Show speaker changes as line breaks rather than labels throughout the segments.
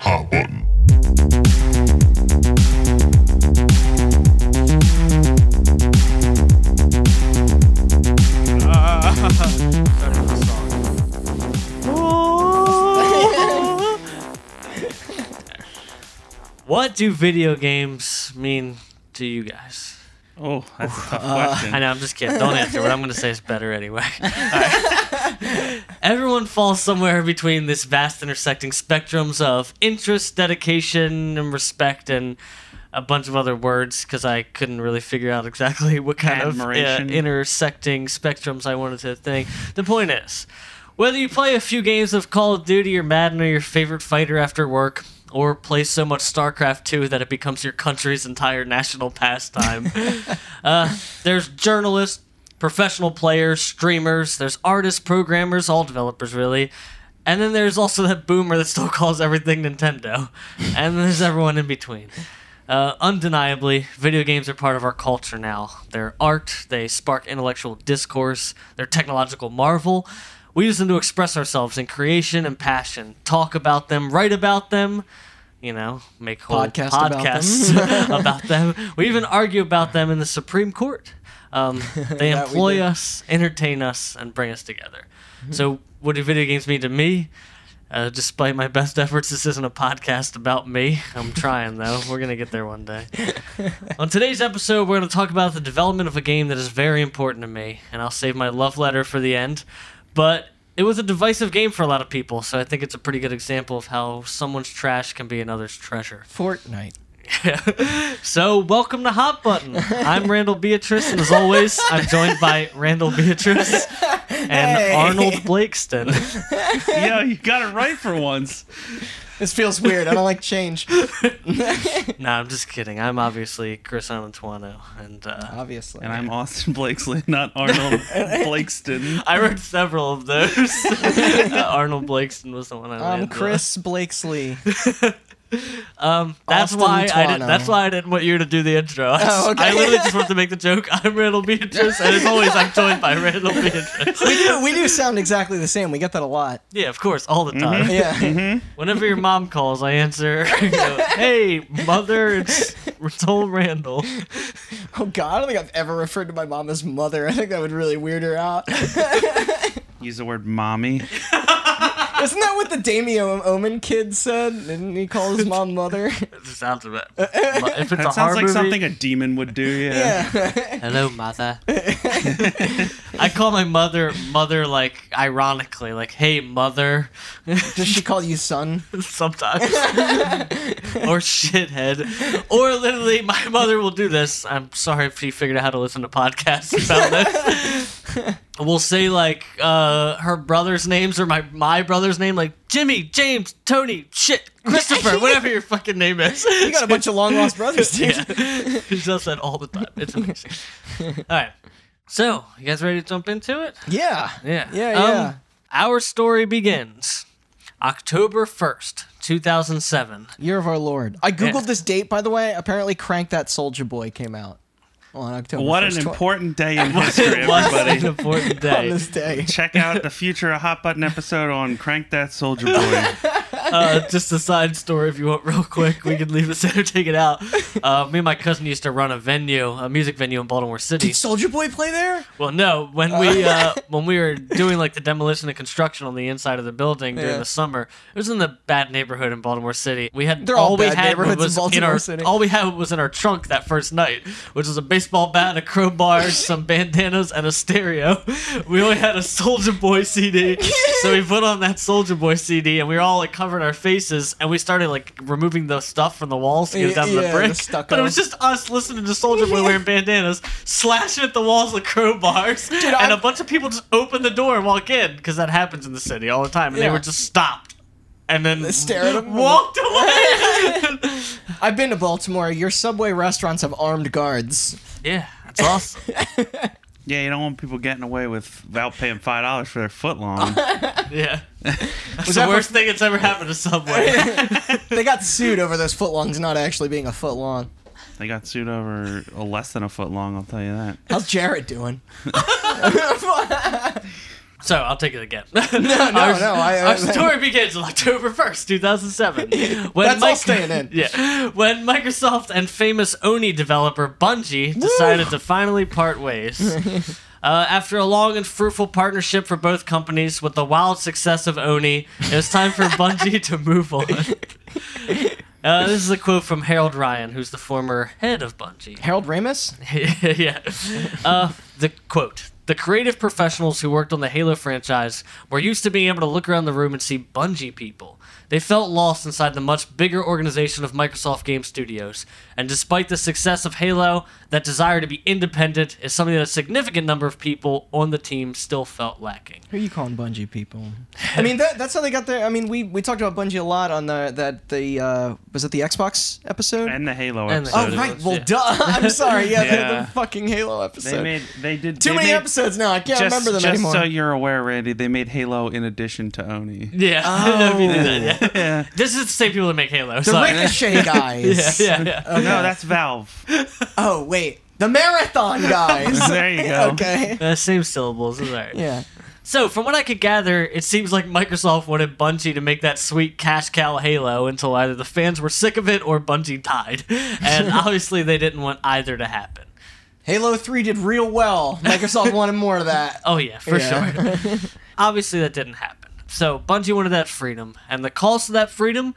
stop button.
What do video games mean to you guys?
Oh, that's a tough question.
I know, I'm just kidding. Don't answer. What I'm going to say is better anyway. Everyone falls somewhere between this vast intersecting spectrums of interest, dedication, and respect, and a bunch of other words because I couldn't really figure out exactly what kind
Admiration.
of uh, intersecting spectrums I wanted to think. The point is, whether you play a few games of Call of Duty or Madden or your favorite fighter after work, or play so much StarCraft 2 that it becomes your country's entire national pastime. Uh, there's journalists, professional players, streamers, there's artists, programmers, all developers really. And then there's also that boomer that still calls everything Nintendo. And there's everyone in between. Uh, undeniably, video games are part of our culture now. They're art, they spark intellectual discourse, they're technological marvel. We use them to express ourselves in creation and passion, talk about them, write about them, you know, make whole
Podcast about them.
podcasts about them. We even argue about them in the Supreme Court. Um, they
That we
employ
do.
us, entertain us, and bring us together.
Mm-hmm.
So, what do video games mean to me? Uh, despite my best efforts, this isn't a podcast about me. I'm trying, though. We're going to get there one day. On today's episode, we're going to talk about the development of a game that is very important to me, and I'll save my love letter for the end. But it was a divisive game for a lot of people, so I think it's a pretty good example of how someone's trash can be another's treasure.
Fortnite.
so, welcome to Hot Button. I'm Randall Beatrice, and as always, I'm joined by Randall Beatrice and
Hey.
Arnold Blakeston.
yeah, you got it right for once.
This feels weird. I don't like change.
no, I'm just kidding. I'm obviously Chris Anantuano, and uh,
Obviously.
And I'm Austin Blakesley, not Arnold Blakeston.
I wrote several of those. Uh, Arnold Blakeston was the one I
I'm
landed on.
Chris Blakesley.
Um, that's
Austin
why I did,
Tuano.
that's why I didn't want you to do the intro. I, just-
Oh, okay.
I literally just wanted to make the joke. I'm Randall Beatrice, and as always, I'm joined by Randall
we,
Beatrice.
do, we do sound exactly the same. We get that a lot.
yeah, of course, all the time.
Mm-hmm.
Yeah.
Whenever your mom calls, I answer. You know, hey, mother, it's it's old Randall.
Oh God, I don't think I've ever referred to my mom as mother. I think that would really weird her out.
Use the word mommy.
Isn't that what the Damien Omen kid said? Didn't he call his mom mother?
It sounds a bit. If it's a
That
horror
sounds like
movie,
something a demon would do. Yeah.
Yeah.
Hello, mother. I call my mother mother like ironically, like hey mother,
Does she call you son?
sometimes, or shithead, or literally my mother will do this. I'm sorry if she figured out how to listen to podcasts about this. will say like uh, her brother's names or my my brother's name, like Jimmy, James, Tony, shit, Christopher, whatever your fucking name is.
You got a bunch of long lost brothers, dude.
yeah, she does that all the time. It's amazing. all right, so you guys ready to jump into it?
Yeah.
Yeah.
Yeah,
Um,
yeah.
Our story begins October first, two thousand seven.
Year of our Lord. I googled
Yeah.
this date, by the way. Apparently, Crank That Soldier Boy came out on October.
What
1st,
an
tw-
important day in history,
an
everybody.
important
on
day.
this day.
Check out the future of Hot Button episode on Crank That Soldier Boy.
uh, just a side story if you want real quick we can leave this in or take it out uh, me and my cousin used to run a venue a music venue in baltimore city
Did Soldier Boy play there?
well no when we uh, when we were doing like the demolition and construction on the inside of the building during
Yeah.
the summer it was in the bad neighborhood in baltimore city we had
They're
all
all
we
bad
had
neighborhoods in
was in
Baltimore
our
City.
all we had was in our trunk that first night which was a baseball bat a crowbar some bandanas and a stereo we only had a soldier boy cd so we put on that soldier boy cd and we were all like covering our faces and we started like removing the stuff from the walls to get
Y-
down to
yeah,
the
the
brick
stucco.
but it was just us listening to soldier boy wearing bandanas slashing at the walls with crowbars and
I'm-
a bunch of people just open the door and walk in because that happens in the city all the time and they
Yeah.
were just stopped and then
They stare at 'em.
walked away
I've been to Baltimore. Your subway restaurants have armed guards.
yeah that's awesome
Yeah, you don't want people getting away with without paying five dollars for their foot long.
yeah that's the
that for-
worst thing that's ever happened to subway
They got sued over those footlongs not actually being a footlong.
They got sued over a less than a foot long. I'll tell you that.
How's Jarrett doing?
So I'll take it again.
no,
our,
no, I- I-
our story begins on October first, two thousand seven. When
That's all staying in.
Yeah, when Microsoft and famous Oni developer Bungie decided to finally part ways. Uh, after a long and fruitful partnership for both companies, with the wild success of Oni, it was time for Bungie to move on. Uh, this is a quote from Harold Ryan, who's the former head of Bungie.
Harold Ramis?
yeah. Uh, the quote. The creative professionals who worked on the Halo franchise were used to being able to look around the room and see Bungie people. They felt lost inside the much bigger organization of Microsoft Game Studios. And despite the success of Halo, that desire to be independent is something that a significant number of people on the team still felt lacking.
Who are you calling Bungie people? I mean, that, that's how they got there. I mean, we, we talked about Bungie a lot on the that the uh, was it the Xbox episode?
And the Halo
And the-
episode.
oh right, well
Yeah.
duh. I'm sorry. Yeah, The,
Yeah.
the fucking Halo
They
episode.
made they did
Too
they
many
made-
episodes now. I can't
Just,
remember them
just
anymore.
so you're aware, Randy, they made Halo in addition to Oni.
Yeah.
Oh.
Yeah.
Yeah.
This is the same people that make Halo.
the
sorry.
Ricochet
yeah,
guys.
yeah, yeah.
No, that's Valve.
Oh wait, the Marathon guys.
There you go.
okay.
Uh, same syllables, it's alright.
Yeah.
So, from what I could gather, it seems like Microsoft wanted Bungie to make that sweet cash cow Halo until either the fans were sick of it or Bungie died. And obviously, they didn't want either to happen.
Halo 3 did real well. Microsoft wanted more of that.
Oh, yeah, for sure.
Yeah.
obviously, that didn't happen. So, Bungie wanted that freedom, and the cost of that freedom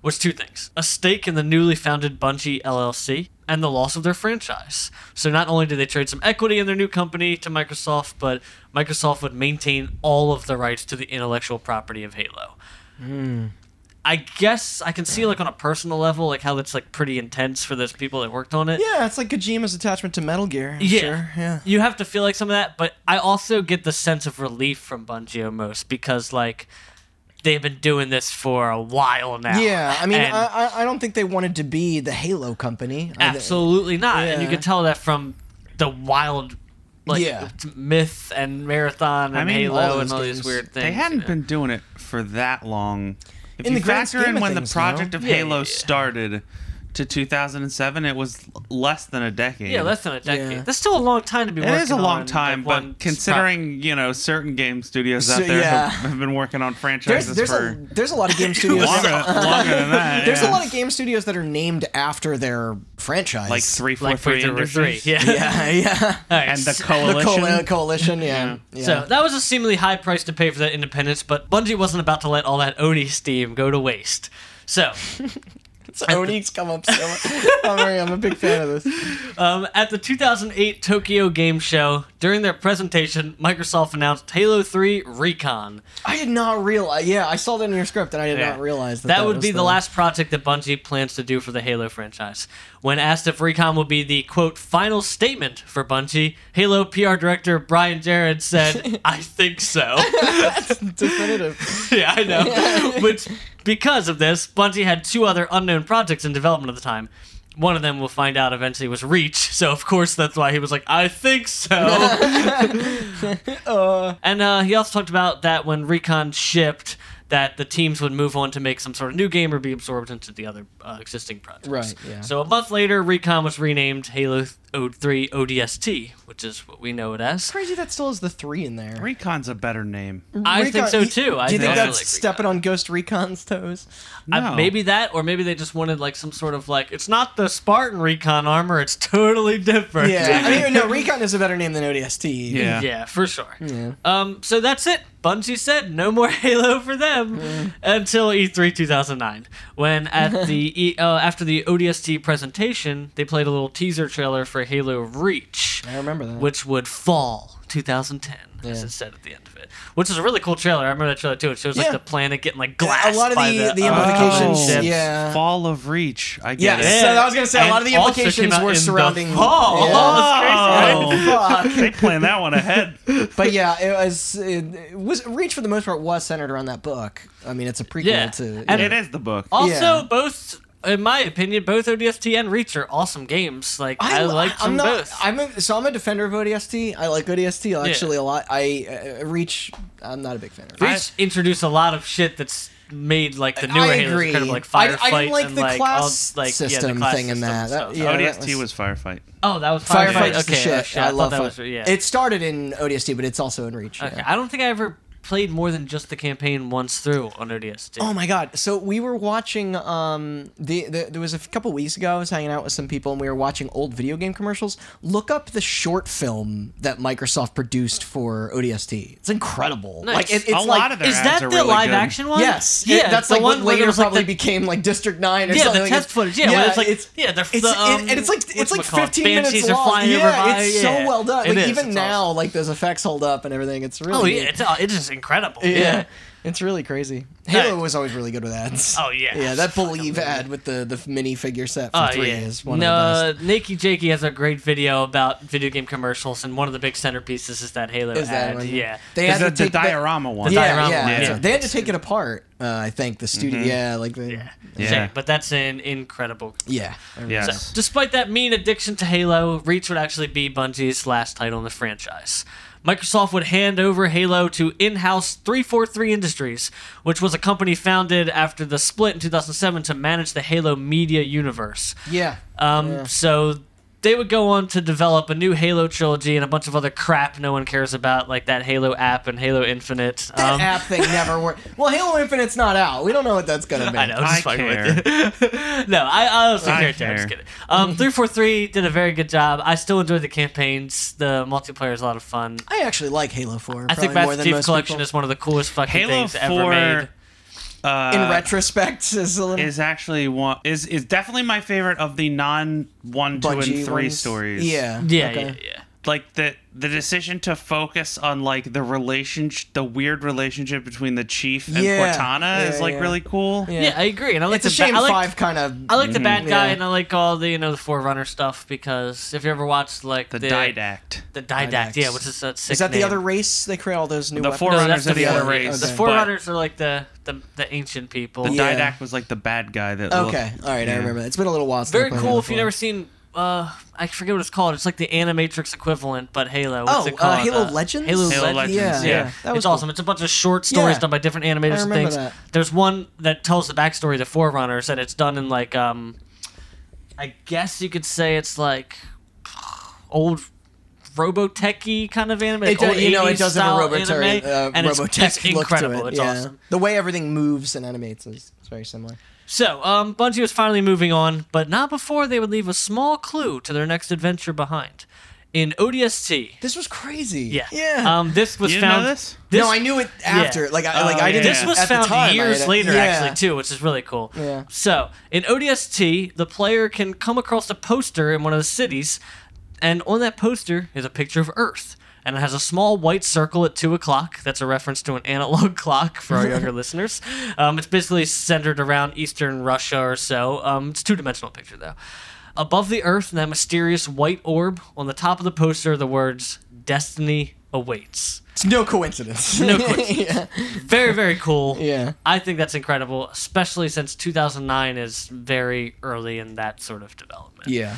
was two things a stake in the newly founded Bungie LLC and the loss of their franchise. So, not only did they trade some equity in their new company to Microsoft, but Microsoft would maintain all of the rights to the intellectual property of Halo. I guess I can see like on a personal level like how that's like pretty intense for those people that worked on it.
yeah, it's like Kojima's attachment to Metal Gear. I'm
Yeah.
Sure. Yeah.
You have to feel like some of that, but I also get the sense of relief from Bungie almost because like they've been doing this for a while now.
Yeah, I mean,
And
I, I- I don't think they wanted to be the Halo company. I thi-
absolutely not. And you
Yeah.
can tell that from the wild like
Yeah.
myth and marathon and
I mean,
Halo
all those
and all these
games.
weird things.
They hadn't
you know?
been doing it for that long. If
In
you
the grand
factor
scheme
in
of
when
things,
the project
no?
of
Yeah,
Halo
yeah, yeah.
started to 2007, it was l- less than a decade.
Yeah, less than a decade.
Yeah.
That's still a long time to be
It
working
is a long
on,
time,
like, one
but considering you know certain game studios out
So,
there
yeah.
have, have been working on
There's,
franchises
there's,
for
a, there's a lot of game
longer,
studios.
longer than that.
there's
yeah.
a lot of game studios that are named after their franchise.
like three, four,
like
three,
three, three, three.
Industries,
Yeah.
Yeah, yeah.
All right,
and the
so-
The
coalition.
coal- coalition, yeah. yeah.
So that was a seemingly high price to pay for that independence, but Bungie wasn't about to let all that Oni steam go to waste. So,
So Oni's come up so much. I'm, very- I'm a big fan of this.
um, at the 2008 Tokyo Game Show, during their presentation, Microsoft announced Halo 3 Recon.
I did not realize. Yeah, I saw that in your script, and I did
Yeah.
not realize that.
That, would
was
be the last project that Bungie plans to do for the Halo franchise. When asked if Recon will be the quote final statement for Bungie, Halo PR director Brian Jared said, "I think so."
definitive.
yeah, I know. Which, because of this, Bungie had two other unknown projects in development at the time. One of them we'll find out eventually was Reach, so of course that's why he was like, I think so. Oh.
Uh,
and uh, he also talked about that when Recon shipped, that the teams would move on to make some sort of new game or be absorbed into the other uh, existing projects.
Right, yeah.
So a month later, Recon was renamed Halo oh, 3 ODST, which is what we know it as.
crazy that still has the three in there.
Recon's a better name.
Oh,
I think so
you-
too. I
do you think
definitely
that's
like
stepping on Ghost Recon's toes?
I-
No.
maybe that, or maybe they just wanted like some sort of like it's not the Spartan recon armor; it's totally different.
Yeah, I mean, no, Recon is a better name than ODST.
Yeah.
Yeah, for sure.
Yeah.
Um, so that's it. Bungie said no more Halo for them
Mm.
until E E3 2009, when at the e, uh, after the ODST presentation, they played a little teaser trailer for Halo Reach,
I remember that.
which would fall 2010, as
Yeah.
it said at the end of it, which is a really cool trailer. I remember that trailer too. It shows
Yeah.
like the planet getting like glassed
a lot of
by
the, the,
uh,
implications.
ships.
yeah.
Fall of Reach. I
Yeah,
get
so
it.
Yeah.
I was gonna say a lot of the
And also came
implications
out
were
in the
surrounding.
fall.
Yeah.
Oh,
That's
Fuck.
they planned that one ahead.
But yeah, it was, it was Reach for the most part was centered around that book. I mean, it's a prequel
Yeah.
to.
And-
yeah.
it is the book.
Also,
Yeah.
both in my opinion, both ODST and Reach are awesome games. Like I,
li-
like
I'm
them
not,
both.
I'm a, so I'm a defender of ODST. I like ODST actually a lot. I uh, Reach. I'm not a big fan of. Reach.
Reach introduced a lot of shit that's made like the
I
newer Halo
agree.
kind of like
I- I didn't
firefight
like
and
the
like
class
all, like yeah,
system
the class
thing in
system
that. That-
stuff.
yeah.
ODST
that
was, Firefight.
Oh, that was
Firefight
Okay,
is the
oh,
shit. I,
thought
love
that
fi-
was- yeah.
It started in ODST, but it's also in Reach.
Okay,
yeah.
I don't think I ever played more than just the campaign once through on ODST.
Oh my god! So we were watching. Um, the, the there was a couple weeks ago. I was hanging out with some people, and we were watching old video game commercials. Look up the short film that Microsoft produced for ODST. It's incredible.
Nice.
Like it, it's
A
like,
lot of their
Is
ads
that
are
the
really
live
good.
action one?
Yes.
yeah,
It- that's
the
like
one
one
where
later
there was like
probably
the,
became like District Nine or
yeah,
something.
the
like
test
it's-
footage. Yeah, where it's like yeah, the,
it's,
the um,
and it's like it's like
whatchamacallit,
15
banshees
minutes
are
long.
flying
yeah,
over by. yeah.
it's so well done.
It
Like
is,
even
it's
now,
awesome.
like those effects hold up and everything. It's really
Oh yeah,
neat.
it's uh, it is incredible.
Yeah.
Yeah.
It's really crazy. Halo
Hey.
was always really good with ads.
Oh, yeah.
Yeah, that Believe ad with the, the mini figure set from
Oh,
three
yeah.
is one
no, uh,
of the best.
Nikki Jakey has a great video about video game commercials, and one of the big centerpieces is that Halo
Is that
ad.
one?
yeah.
They
Is
had
that
to
the
take that-
diorama one?
The
yeah,
diorama
yeah,
one,
that's
yeah.
right. They had to take it apart. Uh, I think the studio. Yeah, like the yeah.
Yeah.
Yeah.
Shame, But that's an incredible.
Yes.
So, despite that mean addiction to Halo, Reach would actually be Bungie's last title in the franchise. Microsoft would hand over Halo to in house 343 Industries, which was a company founded after the split in 2007 to manage the Halo media universe.
Yeah.
Um,
Yeah.
So they would go on to develop a new Halo trilogy and a bunch of other crap no one cares about, like that Halo app and Halo Infinite.
That
um,
app thing never worked. Well, Halo Infinite's not out. We don't know what that's gonna be.
I know, I'm
I
just fucking with you. no, I, I honestly
I
care, too. I'm just
care. Mm-hmm.
kidding. Um, 343 did a very good job. I still enjoyed the campaigns. The multiplayer is a lot of fun.
I actually like Halo 4.
I think
probably more
Master
than
Chief
most
Collection
people.
is one of the coolest fucking
Halo
things ever
Four
made.
uh,
in retrospect is a little
is actually one is is definitely my favorite of the non one, two,
Bungie
and three
ones.
stories.
Yeah.
Yeah,
okay.
yeah, yeah.
like the the decision to focus on like the relationship, the weird relationship between the chief and
Yeah.
Cortana
Yeah,
is like
yeah.
really cool.
Yeah.
Yeah, I agree. And I like
It's a
the ba-
shame
I like,
five kind of.
I like the bad guy
Yeah.
and I like all the you know the forerunner stuff because if you ever watched like
The
the
didact.
the didact,
Didax.
yeah, which is that sick
Is that the
name.
other race? They create all those new
The
weapons.
No,
Forerunners
that's
are
the
the other
other
race.
The
Okay.
forerunners are like the the, the ancient people.
The
Yeah.
didact was like the bad guy that
Okay,
looked-
all right, I
Yeah.
remember. that. It's been a little while. Since I
Very
played
cool.
Halo
If you've
4.
never seen, uh, I forget what it's called. It's like the Animatrix equivalent, but Halo. What's
Oh,
it
uh,
called?
Halo Legends?
Halo,
Halo
Legends.
Legends,
Yeah,
yeah.
That was
it's
cool.
awesome. It's a bunch of short stories
Yeah.
done by different
I
animators and
remember
things.
that.
There's one that tells the backstory of the Forerunners, and it's done in like, um, I guess you could say it's like old. Robotech-y kind of anime.
It
like old
does, you know, it
80s
does have a
style anime,
Robotech, uh,
and it's,
Robotech
it's
look to
incredible.
it.
It's
yeah.
awesome.
The way everything moves and animates is it's very similar.
So, um, Bungie was finally moving on, but not before they would leave a small clue to their next adventure behind. In ODST,
This was crazy.
yeah,
yeah.
um, this was
You didn't know
found.
this?
no, I knew it after. Like, I,
Oh,
like I didn't.
yeah.
This was
at the
found
time, I
years
had-
later,
yeah.
actually, too, which is really cool.
Yeah.
So, in ODST, the player can come across a poster in one of the cities, and on that poster is a picture of Earth. And it has a small white circle at 2 o'clock. That's a reference to an analog clock for our younger listeners. Um, it's basically centered around Eastern Russia or so. Um, it's two dimensional picture, though. Above the Earth, in that mysterious white orb, on the top of the poster are the words, Destiny awaits.
It's no coincidence.
No coincidence.
yeah.
Very, very cool.
Yeah.
I think that's incredible, especially since 2009 is very early in that sort of development.
Yeah.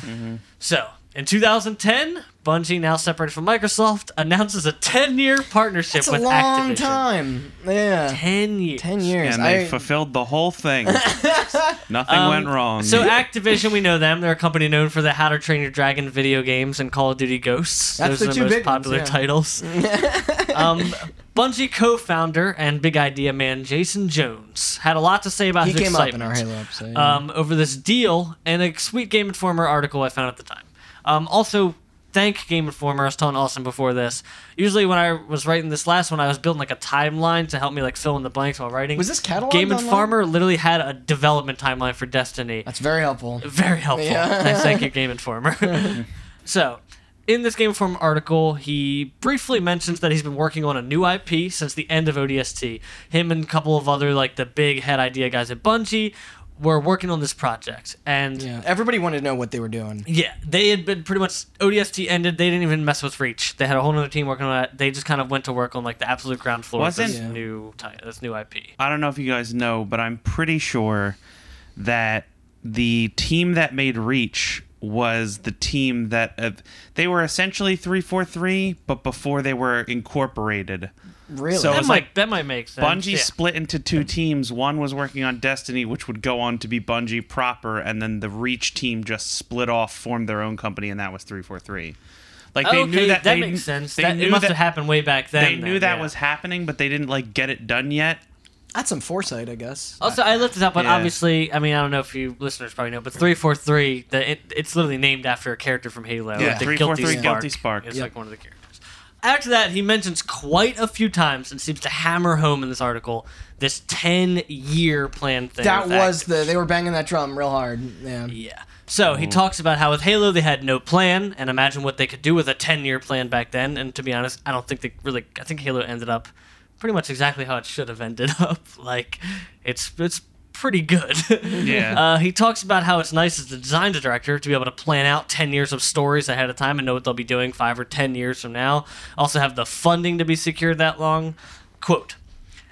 So, in 2010, Bungie, now separated from Microsoft, announces a 10 year partnership
It's a
with
long
Activision.
time. Yeah.
10 years.
Ten years.
And they
I-
fulfilled the whole thing. Nothing
Um,
went wrong.
So, Activision, we know them. They're a company known for the How to Train Your Dragon video games and Call of Duty Ghosts. Those
That's the
are the
two
most
big ones,
popular
yeah.
titles. um, Bungie co founder and big idea man Jason Jones had a lot to say about
he
his
came up in
excitement.
our Halo episode. yeah.
um, over this deal and a sweet Game Informer article I found at the time. Um, also, thank Game Informer. I was telling Austin before this. Usually, when I was writing this last one, I was building like a timeline to help me like fill in the blanks while writing.
Was this cataloged
Game
online?
Informer literally had a development timeline for Destiny.
That's very helpful.
Very helpful.
Yeah.
Thanks, Thank you, Game Informer. so, in this Game Informer article, he briefly mentions that he's been working on a new IP since the end of ODST. Him and a couple of other, like, the big head idea guys at Bungie were working on this project. And
Yeah. Everybody wanted to know what they were doing.
yeah, they had been pretty much ODST ended. They didn't even mess with Reach. They had a whole other team working on that. They just kind of went to work on like the absolute ground floor of this
Wasn't-
new ti- this new IP.
I don't know if you guys know, but I'm pretty sure that the team that made Reach was the team that uh, they were essentially 343 but before they were incorporated
Really?
So-
That
was
might
like
that might make sense.
Bungie
yeah.
split into two teams. One was working on Destiny, which would go on to be Bungie proper, and then the Reach team just split off, formed their own company, and that was three four three. Like they
okay,
knew
that
that, they,
makes sense.
They
That,
knew
it must
that
have happened way back then.
they knew
then,
that
yeah.
was happening, but they didn't like get it done yet.
That's some foresight, I guess.
Also, I looked this up, but
Yeah.
obviously, I mean, I don't know if you listeners probably know, but three four three, the it, it's literally named after a character from Halo.
Yeah,
the
343
Guilty Spark.
Guilty Spark.
It's
Yeah.
like one of the characters. After that, he mentions quite a few times and seems to hammer home in this article this ten year plan thing.
That
with
was the they were banging that drum real hard. Yeah.
Yeah. So he talks about how with Halo they had no plan, and imagine what they could do with a 10 year plan back then. And to be honest, I don't think they really. I think Halo ended up pretty much exactly how it should have ended up. Like, it's it's pretty good.
Yeah.
Uh, he talks about how it's nice as the design director to be able to plan out 10 years of stories ahead of time and know what they'll be doing five or 10 years from now. Also have the funding to be secured that long. Quote.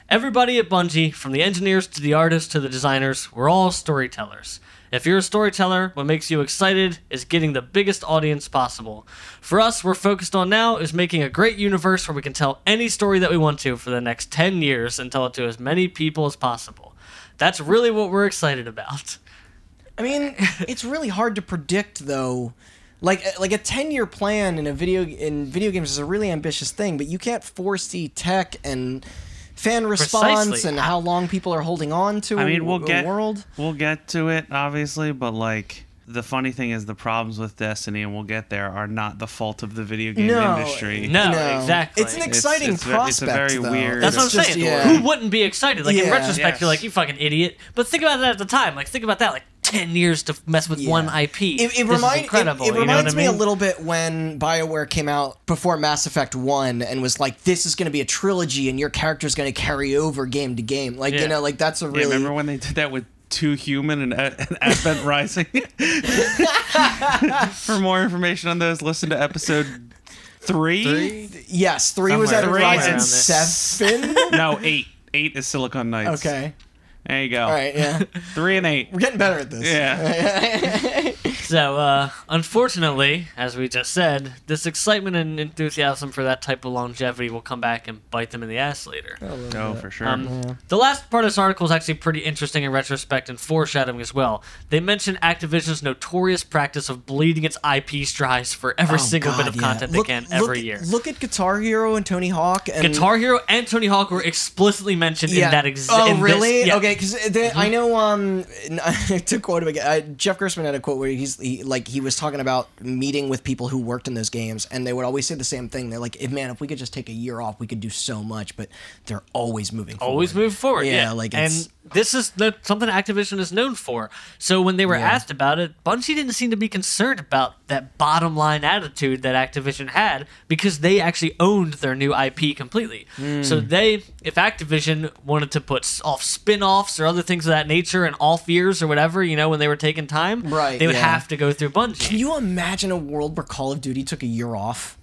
Everybody at Bungie, from the engineers to the artists to the designers, we're all storytellers. If you're a storyteller, what makes you excited is getting the biggest audience possible. For us, we're focused on now is making a great universe where we can tell any story that we want to for the next 10 years and tell it to as many people as possible. That's really what we're excited about.
I mean, it's really hard to predict though. Like like a 10-year plan in a video in video games is a really ambitious thing, but you can't foresee tech and fan response
Precisely.
and how long people are holding on to
I mean, we'll
a
get
world.
we'll get to it obviously, but like the funny thing is the problems with Destiny, and we'll get there, are not the fault of the video game
No.
industry.
No,
No.
exactly.
It's an exciting
it's ve- it's a
prospect
very
though.
weird-
That's what I'm
It's just-
saying.
yeah.
Who wouldn't be excited? Like in
Yeah.
retrospect, you're
Yes.
like, you fucking idiot. But think about that at the time. Like think about that. Like ten years to mess with
Yeah.
one IP.
It, it,
This is
remind, it-
incredible.
it,
you know what
reminds
I
me a
mean?
little bit when BioWare came out before Mass Effect 1 and was like, this is going to be a trilogy and your character's going to carry over game to game. Like,
Yeah.
you know, like that's a
Yeah,
really.
remember when they did that with Two Human and, uh, and Advent Rising? For more information on those, listen to episode three.
yes, 3 was at
Somewhere.
a
Three
rise
around
and
there.
7.
No, eight. Eight is Silicon Knights.
okay.
There you go.
All right, yeah.
Three and eight.
We're getting better at this.
Yeah.
So, uh, unfortunately, as we just said, this excitement and enthusiasm for that type of longevity will come back and bite them in the ass later.
Oh,
No, for sure.
Mm-hmm.
Um, The last part of this article is actually pretty interesting in retrospect and foreshadowing as well. They mention Activision's notorious practice of bleeding its IP strides for every
Oh,
single
God,
bit of
yeah.
content
Look-
they can
look
every
at-
year.
Look at Guitar Hero and Tony Hawk and
Guitar Hero and Tony Hawk were explicitly mentioned in that ex-
Oh,
in this-
really?
yeah. Mm-hmm.
Okay, because I know. Um, to quote him again, I, Jeff Gerstmann had a quote where he's he, like he was talking about meeting with people who worked in those games, and they would always say the same thing. They're like, "If man, if we could just take a year off, we could do so much." But they're always moving.
always
forward.
move forward.
Yeah,
Yeah,
like, it's-
and this is the, something Activision is known for. So when they were asked about it, Bungie didn't seem to be concerned about that bottom line attitude that Activision had because they actually owned their new IP completely. So
Hmm.
they, if Activision wanted to put s- off spin-offs or other things of that nature and off years or whatever, you know, when they were taking time,
Right,
they would
yeah.
have to go through Bungie.
Can you imagine a world where Call of Duty took a year off?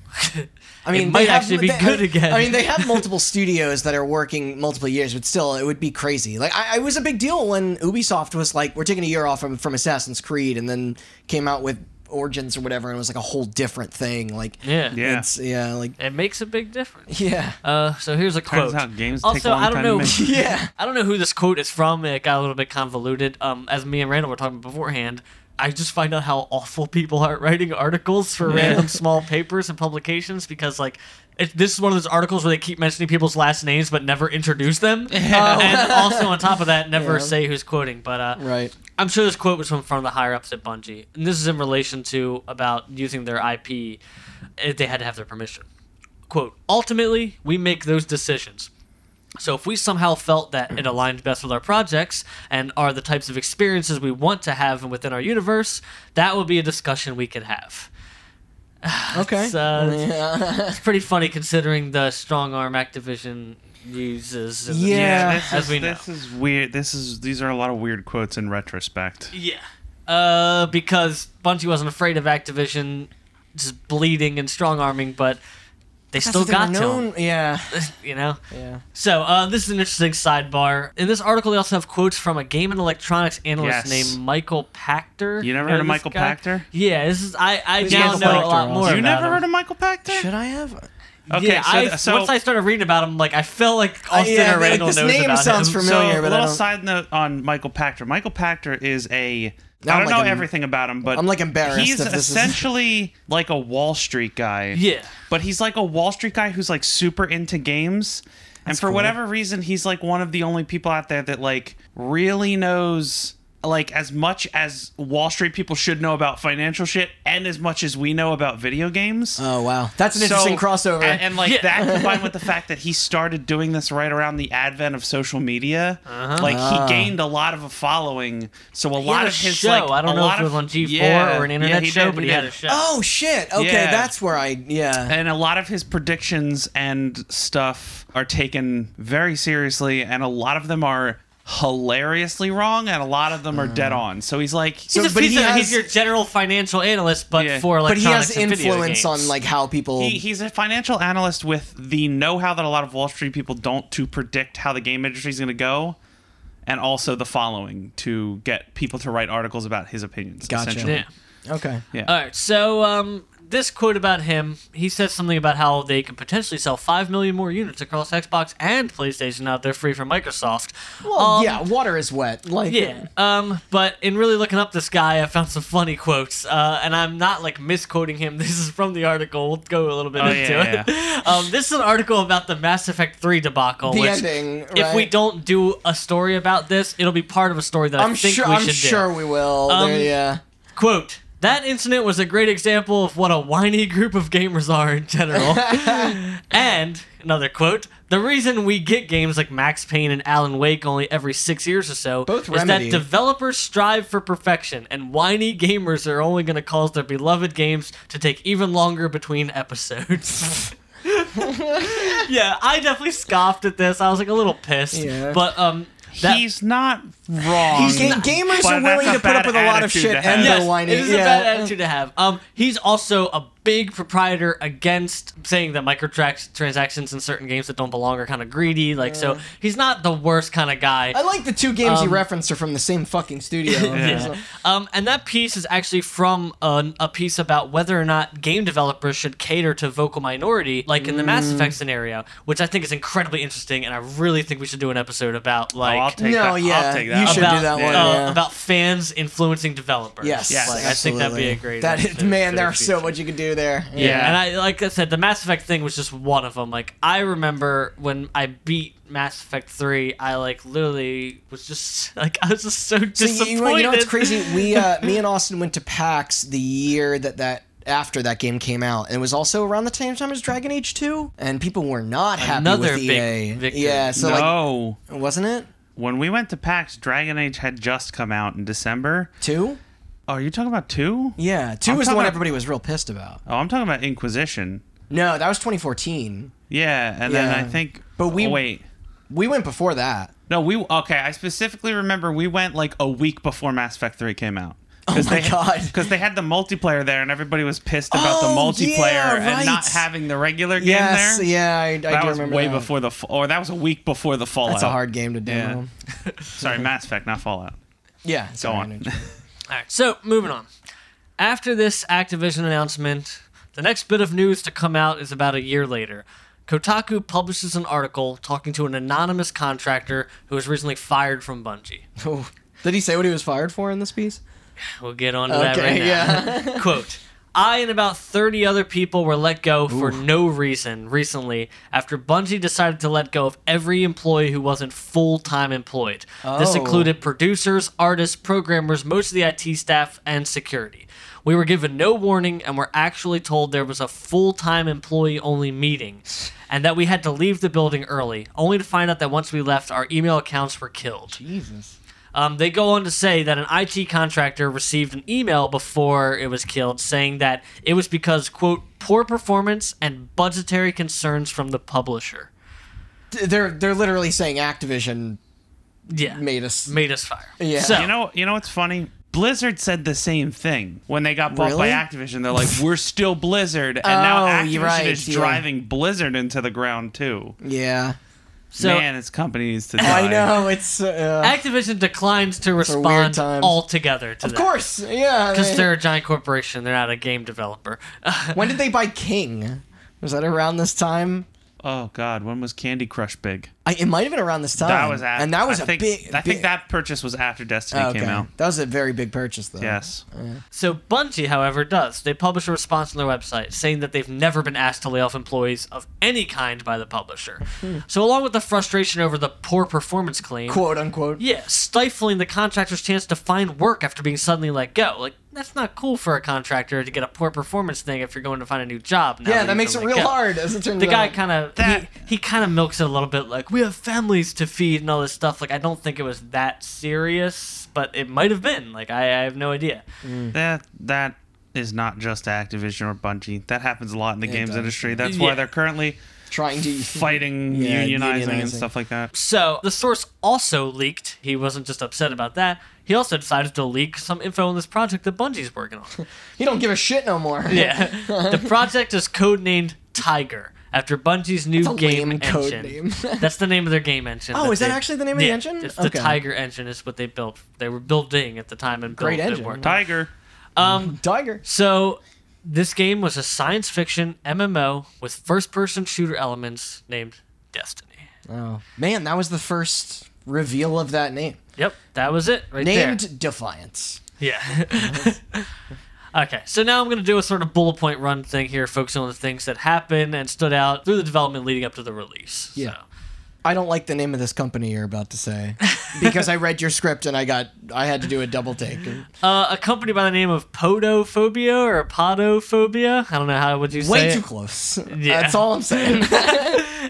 I
It
mean, they
might
have-
actually be
they-
good again.
I mean, they have multiple studios that are working multiple years, but still, it would be crazy. Like, I, it was a big deal when Ubisoft was like, "We're taking a year off from, from Assassin's Creed," and then came out with Origins or whatever, and it was like a whole different thing. Like,
yeah.
Yeah.
it's, yeah, like,
It makes a big difference.
yeah,
Uh, so here's a quote.
Turns out games
also,
take a long
I don't
time
know.
to make.
yeah.
I don't know who this quote is from. It got a little bit convoluted. Um, as me and Randall were talking beforehand, I just find out how awful people are at writing articles for random small papers and publications because, like, it, this is one of those articles where they keep mentioning people's last names but never introduce them, and also on top of that, never
Yeah.
say who's quoting. But uh,
Right.
I'm sure this quote was from one of the higher ups at Bungie, and this is in relation to about using their IP. eh, They had to have their permission. "Quote: Ultimately, we make those decisions. So if we somehow felt that it aligned best with our projects and are the types of experiences we want to have and within our universe, that would be a discussion we could have."
Okay.
It's, uh,
yeah.
It's pretty funny considering the strong arm Activision uses. in the-
Yeah.
this
as
is,
we know.
this is weird. This is these are a lot of weird quotes in retrospect.
Yeah. Uh, because Bungie wasn't afraid of Activision just bleeding and strong arming, but They
That's
still
what they were
got to
known-
him,
Yeah.
you know.
Yeah.
So uh, this is an interesting sidebar. In this article, they also have quotes from a game and electronics analyst
Yes.
named Michael Pachter.
You never
Know
heard of
this
Michael
guy?
Pachter?
Yeah, this is I. I
Who's
now
Michael
know a lot
Pachter?
more.
You
You
about
never
him.
heard of Michael Pachter?
Should I have?
Okay,
yeah,
so,
I,
so
once I started reading about him, like I felt like Austin
Uh, yeah,
or Randall
this
knows
name
about
sounds
him.
familiar,
so,
but I
a little
don't-
side note on Michael Pachter. Michael Pachter is a.
Now
I
I'm
don't
like
know
em-
everything about him, but
I'm, like, embarrassed
He's
if this is-
essentially like a Wall Street guy.
Yeah.
but he's like a Wall Street guy who's like super into games, and for
cool.
whatever reason, he's like one of the only people out there that like really knows like as much as Wall Street people should know about financial shit, and as much as we know about video games.
Oh wow, that's an
So-
interesting crossover.
And, and, like
Yeah.
that combined with the fact that he started doing this right around the advent of social media, like
Ah.
he gained a lot of a following. So a lot
Uh-huh. had a
of his
show.
like,
I don't
a
know
lot
if it was
of-
on G4
yeah,
or an
yeah,
internet
he
show,
did,
but he had a
did.
show.
oh shit. Okay,
Yeah.
that's where I. Yeah.
And a lot of his predictions and stuff are taken very seriously, and a lot of them are hilariously wrong, and a lot of them are dead
Uh-huh.
on. So he's like,
He's,
So-
a,
but
he's,
he
a- he's
has-
your general financial analyst, but
Yeah.
for
But he
electronics
has
and video
influence
games.
on like how people.
He, he's a financial analyst with the know-how that a lot of Wall Street people don't to predict how the game industry is going to go, and also the following to get people to write articles about his opinions.
Gotcha.
Essentially.
Yeah.
okay.
Yeah.
All right. So um, this quote about him, he says something about how they can potentially sell five million more units across Xbox and PlayStation out there free from Microsoft.
Well,
Um,
yeah. Water is wet. Like.
Yeah. Um, but in really looking up this guy, I found some funny quotes, uh, and I'm not like misquoting him. This is from the article. We'll go a little bit
Oh,
into
yeah,
it. Um, this is an article about the Mass Effect 3 debacle.
The
which,
ending,
If we
right?
don't do a story about this, it'll be part of a story that i
I'm
think
sure.
we
I'm
should
sure
do.
we will.
Um,
there, yeah.
Quote. That incident was a great example of what a whiny group of gamers are in general. and, another quote, the reason we get games like Max Payne and Alan Wake only every six years or so
Both
is that
Remedy.
developers strive for perfection, and whiny gamers are only going to cause their beloved games to take even longer between episodes. yeah, I definitely scoffed at this. I was like a little pissed.
Yeah.
But, um,. That,
he's not wrong.
Ga- gamers
but
are
that's
willing
a
to put
bad
up with a lot of
attitude
shit
to
and
have.
they're
Yes,
whiny.
It is
yeah.
a bad attitude to have. Um, he's also a big proprietor against saying that microtransactions in certain games that don't belong are kind of greedy. Like, so he's not the worst kind of guy.
I like the two games he referenced are from the same fucking studio.
um, Yeah. Um, and that piece is actually from a, a piece about whether or not game developers should cater to vocal minority, like in the Mass
Mm.
Effect scenario, which I think is incredibly interesting, and I really think we should do an episode about
Oh,
like
I'll take
No,
that.
yeah,
I'll take
you
that.
should do
about,
that one,
uh,
yeah.
about fans influencing developers.
Yes.
Yes,
like, I think that'd be a great.
That is,
episode for
man,
the
there's so
future.
much you could do there.
Yeah. and I like I said, the Mass Effect thing was just one of them. Like I remember when I beat Mass Effect three, I like literally was just like I was just so
So
disappointed.
you- you, know- you know what's crazy? We, uh, me and Austin went to PAX the year that that after that game came out, and it was also around the same time as Dragon Age Two, and people were not happy
Another
with
big
EA.
victory.
yeah, so
no,
like, wasn't it
when we went to PAX, Dragon Age had just come out in December.
two?
Oh, are you talking about two?
Yeah, 2
I'm
was the
talking
one
about-
everybody was real pissed about.
Oh, I'm talking about Inquisition.
No, that was 2014.
Yeah, and then
Yeah.
I think.
But we-
oh, wait.
We went before that.
No, we okay. I specifically remember we went like a week before Mass Effect Three came out. Oh
my God.
Because they had the multiplayer there, and everybody was pissed about
Oh,
the multiplayer
yeah,
and not
right.
having the regular game
Yes,
there.
yeah, I, I
That
do
was
remember
way
that.
before the fa- or that was a week before the Fallout.
That's a hard game to demo.
Sorry, Mass Effect, not Fallout.
Yeah, it's
Go
a hard
on.
game.
All right, so moving on. After this Activision announcement, the next bit of news to come out is about a year later. Kotaku publishes an article talking to an anonymous contractor who was recently fired from Bungie.
Oh. Did he say what he was fired for in this piece?
We'll get on to that
Okay,
right now.
yeah.
Quote I and about 30 other people were let go for no reason recently after Bungie decided to let go of every employee who wasn't full time employed. This
Oh.
included producers, artists, programmers, most of the IT staff, and security. We were given no warning and were actually told there was a full time employee only meeting and that we had to leave the building early, only to find out that once we left, our email accounts were killed.
Jesus.
Um, they go on to say that an IT contractor received an email before it was killed saying that it was because, quote, poor performance and budgetary concerns from the publisher.
They're they're literally saying Activision
Yeah.
made us.
Made us fire.
Yeah.
So,
You know, you know what's funny? Blizzard said the same thing when they got bought by
Really?
Activision. They're like, "We're still Blizzard," and now
Oh,
Activision
you're right,
is
yeah.
driving Blizzard into the ground too.
Yeah.
So
Man, its company needs to die.
I know it's. Uh,
Activision declines to
a weird
respond
times.
altogether to
of
that.
course, yeah.
Because
they-
they're a giant corporation, they're not a game developer.
when did they buy King? Was that around this time?
Oh God, when was Candy Crush big?
I, it might have been around this time.
That was after.
Um, and that was
I
a
think,
big.
I think
big-
that purchase was after Destiny
okay.
came out.
That was a very big purchase, though.
Yes.
So Bungie, however, does. They publish a response on their website saying that they've never been asked to lay off employees of any kind by the publisher.
Hmm.
so along with the frustration over the poor performance claim,
Quote unquote.
yeah, stifling the contractor's chance to find work after being suddenly let go. Like that's not cool for a contractor to get a poor performance thing if you're going to find a new job. Now
Yeah,
you've
that makes it
been
real
let go.
hard. uh, As it turns
The guy
out.
kind of
That-
he, he kind of milks it a little bit, like we have families to feed and all this stuff. Like I don't think it was that serious, but it might have been. Like I, I have no idea.
Mm.
That that is not just Activision or Bungie. That happens a lot in the games
does.
industry. That's why
Yeah.
they're currently
trying to
fighting
Yeah,
unionizing,
unionizing.
and stuff like that.
So the source also leaked. He wasn't just upset about that. He also decided to leak some info on this project that Bungie's working on.
He don't give a shit no more.
Yeah. the project is codenamed Tiger after Bungie's new
That's a
game
lame code
engine.
name.
That's the name of their game engine.
Oh, is that actually the name of the
Yeah,
engine?
It's the
Okay.
Tiger engine. It's what they built. They were building at the time and
Great
built
engine.
It worked.
Tiger.
Um,
Tiger.
so this game was a science fiction MMO with first-person shooter elements named Destiny.
Oh man, that was the first reveal of that name.
Yep, that was it right there.
Named Defiance.
Yeah. okay, so now I'm going to do a sort of bullet point run thing here, focusing on the things that happened and stood out through the development leading up to the release.
Yeah.
So,
I don't like the name of this company you're about to say because I read your script and I got I had to do a double take. And-
Uh, a company by the name of Podophobia or Podophobia. I don't know how would you say
Way
it?
too close.
Yeah.
That's all I'm saying.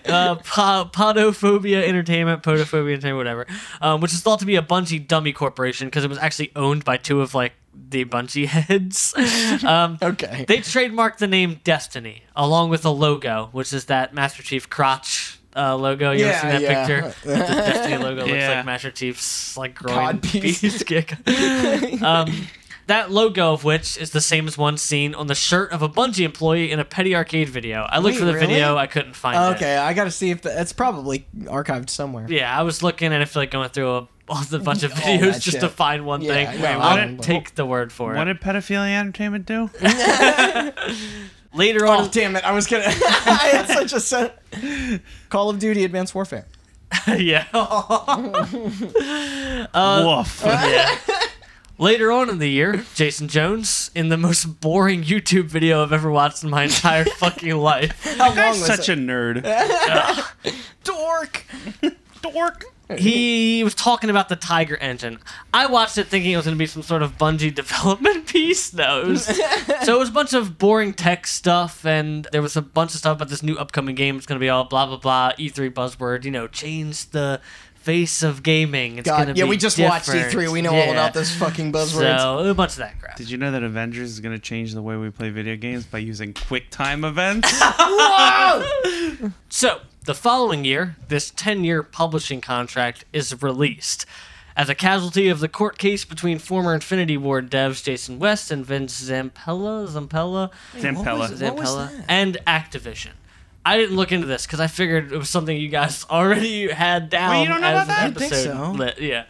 uh, po- Podophobia Entertainment, Podophobia Entertainment, whatever, um, which is thought to be a Bungie dummy corporation because it was actually owned by two of like the Bungie heads. um,
okay.
They trademarked the name Destiny along with a logo, which is that Master Chief crotch uh, logo. You ever
Yeah,
seen that
yeah.
picture? the Destiny logo looks
Yeah.
like Master Chief's like groin
Cod piece.
piece kick. um, that logo of which is the same as one seen on the shirt of a Bungie employee in a Petty Arcade video. I looked
Wait,
for the
really?
video, I couldn't find it.
okay, I got to see if the, it's probably archived somewhere.
Yeah, I was looking and I feel like going through a, all the bunch of
All
videos
that
just
shit.
to find one
Yeah,
thing.
no, I
I'll
don't-
take the word for
What
it.
did Pedophilia Entertainment do?
Later
Oh
on,
damn it! I was gonna. I had such a sen- Call of Duty Advanced Warfare.
yeah.
Uh,
Woof.
Later on in the year, Jason Jones in the most boring YouTube video I've ever watched in my entire fucking life.
How long
Guy's
was
such
it?
a nerd.
dork?
Dork.
He was talking about the Tiger engine. I watched it thinking it was going to be some sort of Bungie development piece. No, it was, so it was a bunch of boring tech stuff, and there was a bunch of stuff about this new upcoming game. It's going to be all blah blah blah E3 buzzword. You know, change the face of gaming. It's going to
God, yeah,
be
we just watched
different.
E3. We know
Yeah.
all about those fucking buzzwords.
So a bunch of that crap.
Did you know that Avengers is going to change the way we play video games by using QuickTime events?
So, the following year, this 10 year publishing contract is released. As a casualty of the court case between former Infinity Ward devs Jason West and Vince Zampella, Zampella,
What
Zampella.
was- what was
Zampella
that?
and Activision. I didn't look into this because I figured it was something you guys already had down.
Wait, you don't know
as
about
an
that? I think
episode
so.
lit- Yeah.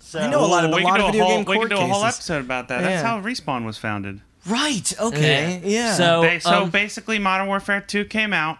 So,
I know a lot of-
Ooh, we
a
could
lot
do
of video
whole,
game
We could
court
do a whole
cases.
episode about that. That's
Yeah.
how Respawn was founded.
Right. Okay. Yeah.
So,
They, so
um,
basically, Modern Warfare 2 came out,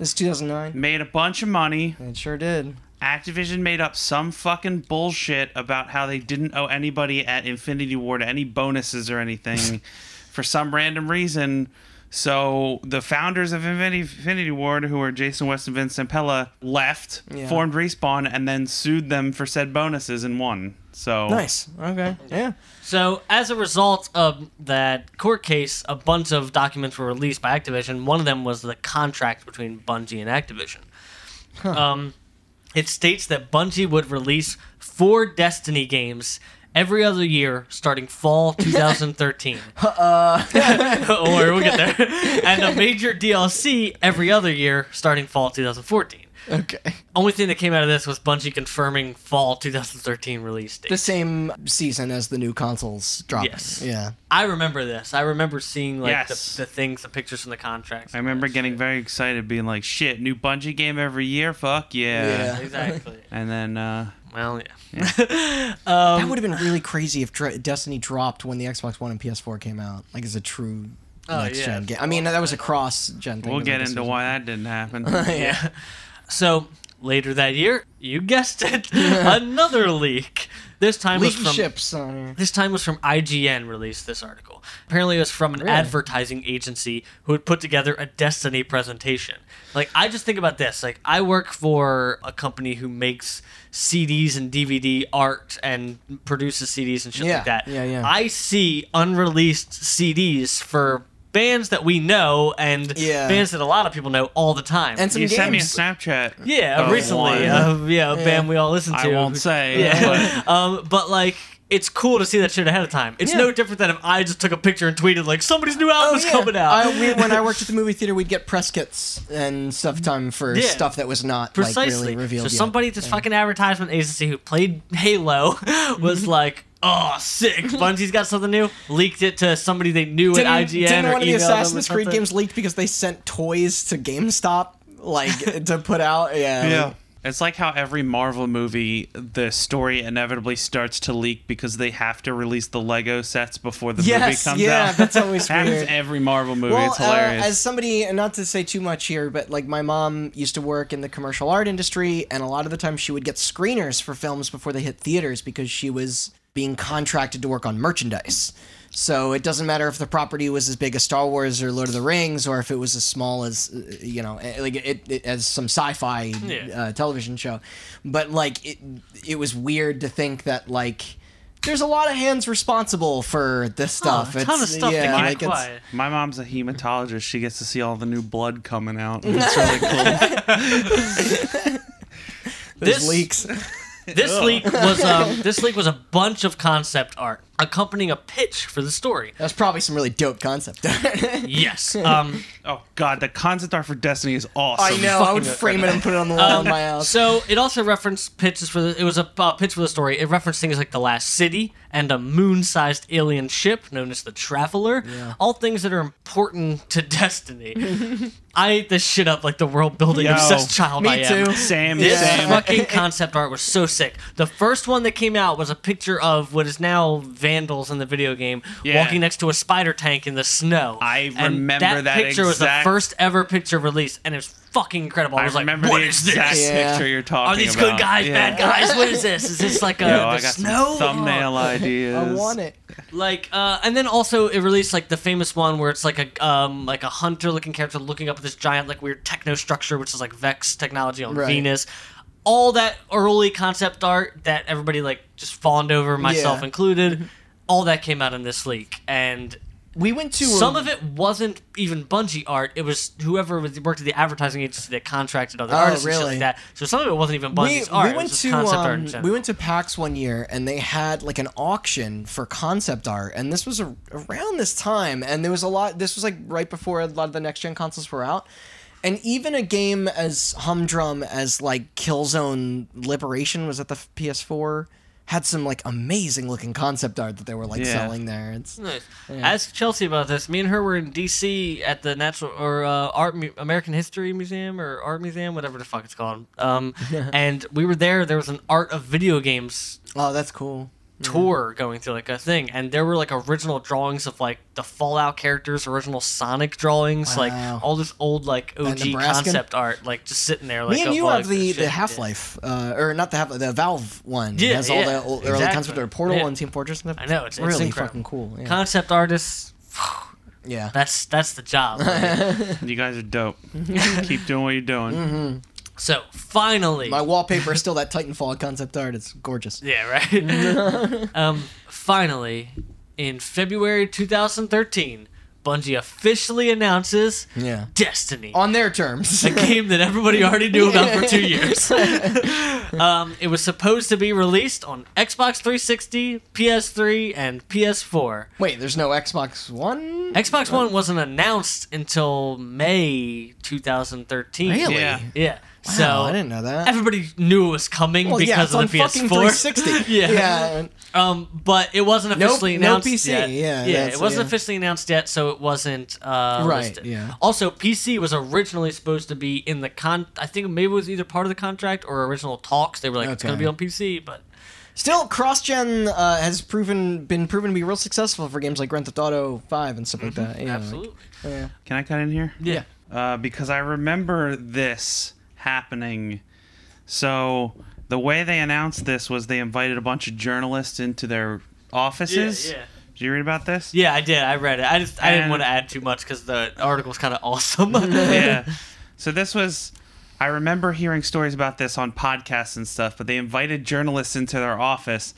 it's 2009.
made a bunch of money.
It sure did.
Activision made up some fucking bullshit about how they didn't owe anybody at Infinity Ward any bonuses or anything for some random reason. So the founders of Infinity, Infinity Ward, who are Jason West and Vince Zampella, left,
Yeah.
formed Respawn, and then sued them for said bonuses and won. So
Nice. Okay. Yeah.
So, as a result of that court case, a bunch of documents were released by Activision. One of them was the contract between Bungie and Activision. Um, it states that Bungie would release four Destiny games every other year starting fall 2013. or we'll get there. And a major DLC every other year starting fall 2014.
Okay.
Only thing that came out of this was Bungie confirming fall 2013 release date.
The same season as the new consoles dropping.
Yes.
Yeah.
I remember this. I remember seeing like
Yes.
the, the things, the pictures from the contracts.
I remember getting very excited, being like, "Shit, new Bungie game every year, fuck yeah!"
Yeah.
exactly.
And then, uh,
Well, yeah. Um,
that would have been really crazy if Dr- Destiny dropped when the Xbox One and PS4 came out, like as a true
Oh,
next
yeah.
gen game. I mean, that was a cross gen thing.
we'll
but
get
like a
into
season.
why that didn't happen.
yeah.
So later that year, you guessed it, another leak. This time
Leaky
was from
ships. uh,
This time was from IGN released this article. Apparently, it was from an
Really?
advertising agency who had put together a Destiny presentation. Like, I just think about this. Like, I work for a company who makes CDs and DVD art and produces CDs and shit
Yeah,
like that.
yeah, yeah.
I see unreleased CDs for bands that we know and
Yeah.
bands that a lot of people know all the time.
and some
you
games.
sent me a Snapchat.
yeah,
of one.
recently, uh, yeah, a
Yeah.
band we all listen to.
I won't say. but-
Yeah. um, but like, it's cool to see that shit ahead of time. It's
Yeah. Oh,
no different than if I just took a picture and tweeted like somebody's new album's coming out.
I, we, when I worked at the movie theater, we'd get press kits and stuff time for
Yeah.
stuff that was not like
Precisely.
really revealed.
so
yet.
somebody at this fucking advertisement agency who played Halo
Mm-hmm.
was like, "Oh, sick! Bungie's got something new." Leaked it to somebody they knew
didn't,
at IGN
didn't
or
one of the
emailed them or
Assassin's Creed
something.
games leaked because they sent toys to GameStop like to put out. Yeah.
Yeah. It's like how every Marvel movie, the story inevitably starts to leak because they have to release the Lego sets before the
Yes,
movie comes
yeah,
out.
that's always
happens
weird.
every Marvel movie.
Well,
it's
uh,
hilarious.
as somebody, and not to say too much here, but like my mom used to work in the commercial art industry, and a lot of the time she would get screeners for films before they hit theaters because she was being contracted to work on merchandise. So it doesn't matter if the property was as big as Star Wars or Lord of the Rings, or if it was as small as uh, you know, eh, like it, it as some sci-fi
Yeah.
uh, television show. But like it, it was weird to think that like. There's a lot of hands responsible for this
Oh,
stuff.
a ton of
It's-
stuff
yeah,
that
like
keep
it's-
quiet.
My mom's a hematologist. She gets to see all the new blood coming out. and It's really cool.
those
This-
leaks.
This leak was um, this leak was a bunch of concept art accompanying a pitch for the story.
That's probably some really dope concept. I
Yes. Um,
oh God, the concept art for Destiny is awesome.
know. I would frame it and put it on the wall in my house.
So it also referenced pitches for the. It was a uh, pitch for the story. It referenced things like the last city and a moon-sized alien ship known as the Traveler. All things that are important to Destiny. I ate this shit up like the world building
Yo,
obsessed child I
Me
am.
too.
Same,
This
same.
fucking concept art was so sick. The first one that came out was a picture of what is now vandals in the video game
Yeah.
walking next to a spider tank in the snow.
I
And
remember that
picture was the
exact-
first ever picture released, and it was fucking incredible. I,
I
was
remember
like, "What
the
is
exact
this?
Yeah.
picture you're talking
Are
about.
these good guys,
Yeah.
bad guys? What is this? Is this like a
Yo,
the
I got
snow?
some thumbnail ideas.
I want it.
Like, uh, and then also it released like the famous one where it's like a um like a hunter looking character looking up at this giant like weird techno structure which is like Vex technology on
Right.
Venus. All that early concept art that everybody like just fawned over, myself
Yeah.
included. All that came out in this leak, and
We went to um,
some
a-
of it wasn't even Bungie art. It was whoever was- worked at the advertising agency that contracted other
Oh,
artists and
really?
shit like that. So some of it wasn't even
We,
Bungie's art.
we
it was
went
just
to
concept art
um,
in general.
we went to PAX one year and they had like an auction for concept art and this was a, around this time and there was a lot this was like right before a lot of the next gen consoles were out and even a game as humdrum as like Killzone Liberation was at the PS4 had some like amazing looking concept art that they were like
Yeah.
selling there it's
Nice. Ask Chelsea about this. Me and her were in D.C. at the Natural or uh, Art Mu- American History Museum or Art Museum, whatever the fuck it's called. Um, and we were there. There was an art of video games
oh that's cool
tour going through like a thing, and there were like original drawings of like the Fallout characters, original Sonic drawings,
Wow.
like all this old like OG
Nebraskan?
concept art, like just sitting there. Like
Me and
of,
you
like,
have the,
shit.
the Half Life, uh, or not the Half the Valve one.
Yeah,
it has all
yeah,
the old, early
exactly.
concept art Portal
Yeah.
and Team Fortress. And stuff.
I know, it's- it's
really
incredible.
fucking cool. Yeah,
Concept artists.
yeah.
That's that's the job.
You guys are dope. Keep doing what you're doing.
Mm-hmm.
so finally,
my wallpaper is still that Titanfall concept art. It's gorgeous.
Yeah, right. um, finally, in February 2013, Bungie officially announces
Yeah.
Destiny.
On their terms.
a game that everybody already knew about for two years. um, it was supposed to be released on Xbox 360, PS3, and PS4.
Wait, there's no Xbox One?
Xbox One wasn't announced until May 2013.
Really?
Yeah.
Yeah.
Wow,
so
I didn't know that.
Everybody knew it was coming
Well, yeah,
because
it's on
of the PS4.
fucking 360.
yeah.
yeah.
Um, but it wasn't
Nope,
officially
no
announced
PC,
yet.
yeah,
it
that's-
wasn't
yeah.
officially announced yet, so it wasn't uh,
Right,
listed.
yeah.
Also, PC was originally supposed to be in the con. I think maybe it was either part of the contract or original talks. They were like, it's going to
Okay.
be on PC, but
Still, cross-gen uh, has proven been proven to be real successful for games like Grand Theft Auto 5 and stuff like that.
Mm-hmm.
Yeah, like-
absolutely,
yeah.
Can I cut in here?
yeah.
Yeah.
uh, because I remember this happening. So the way they announced this was they invited a bunch of journalists into their offices.
Yeah, yeah.
Did you read about this?
Yeah, I did. I read it. I just I didn't
And-
want to add too much because the article's kind of awesome.
yeah. So this was. I remember hearing stories about this on podcasts and stuff, but they invited journalists into their office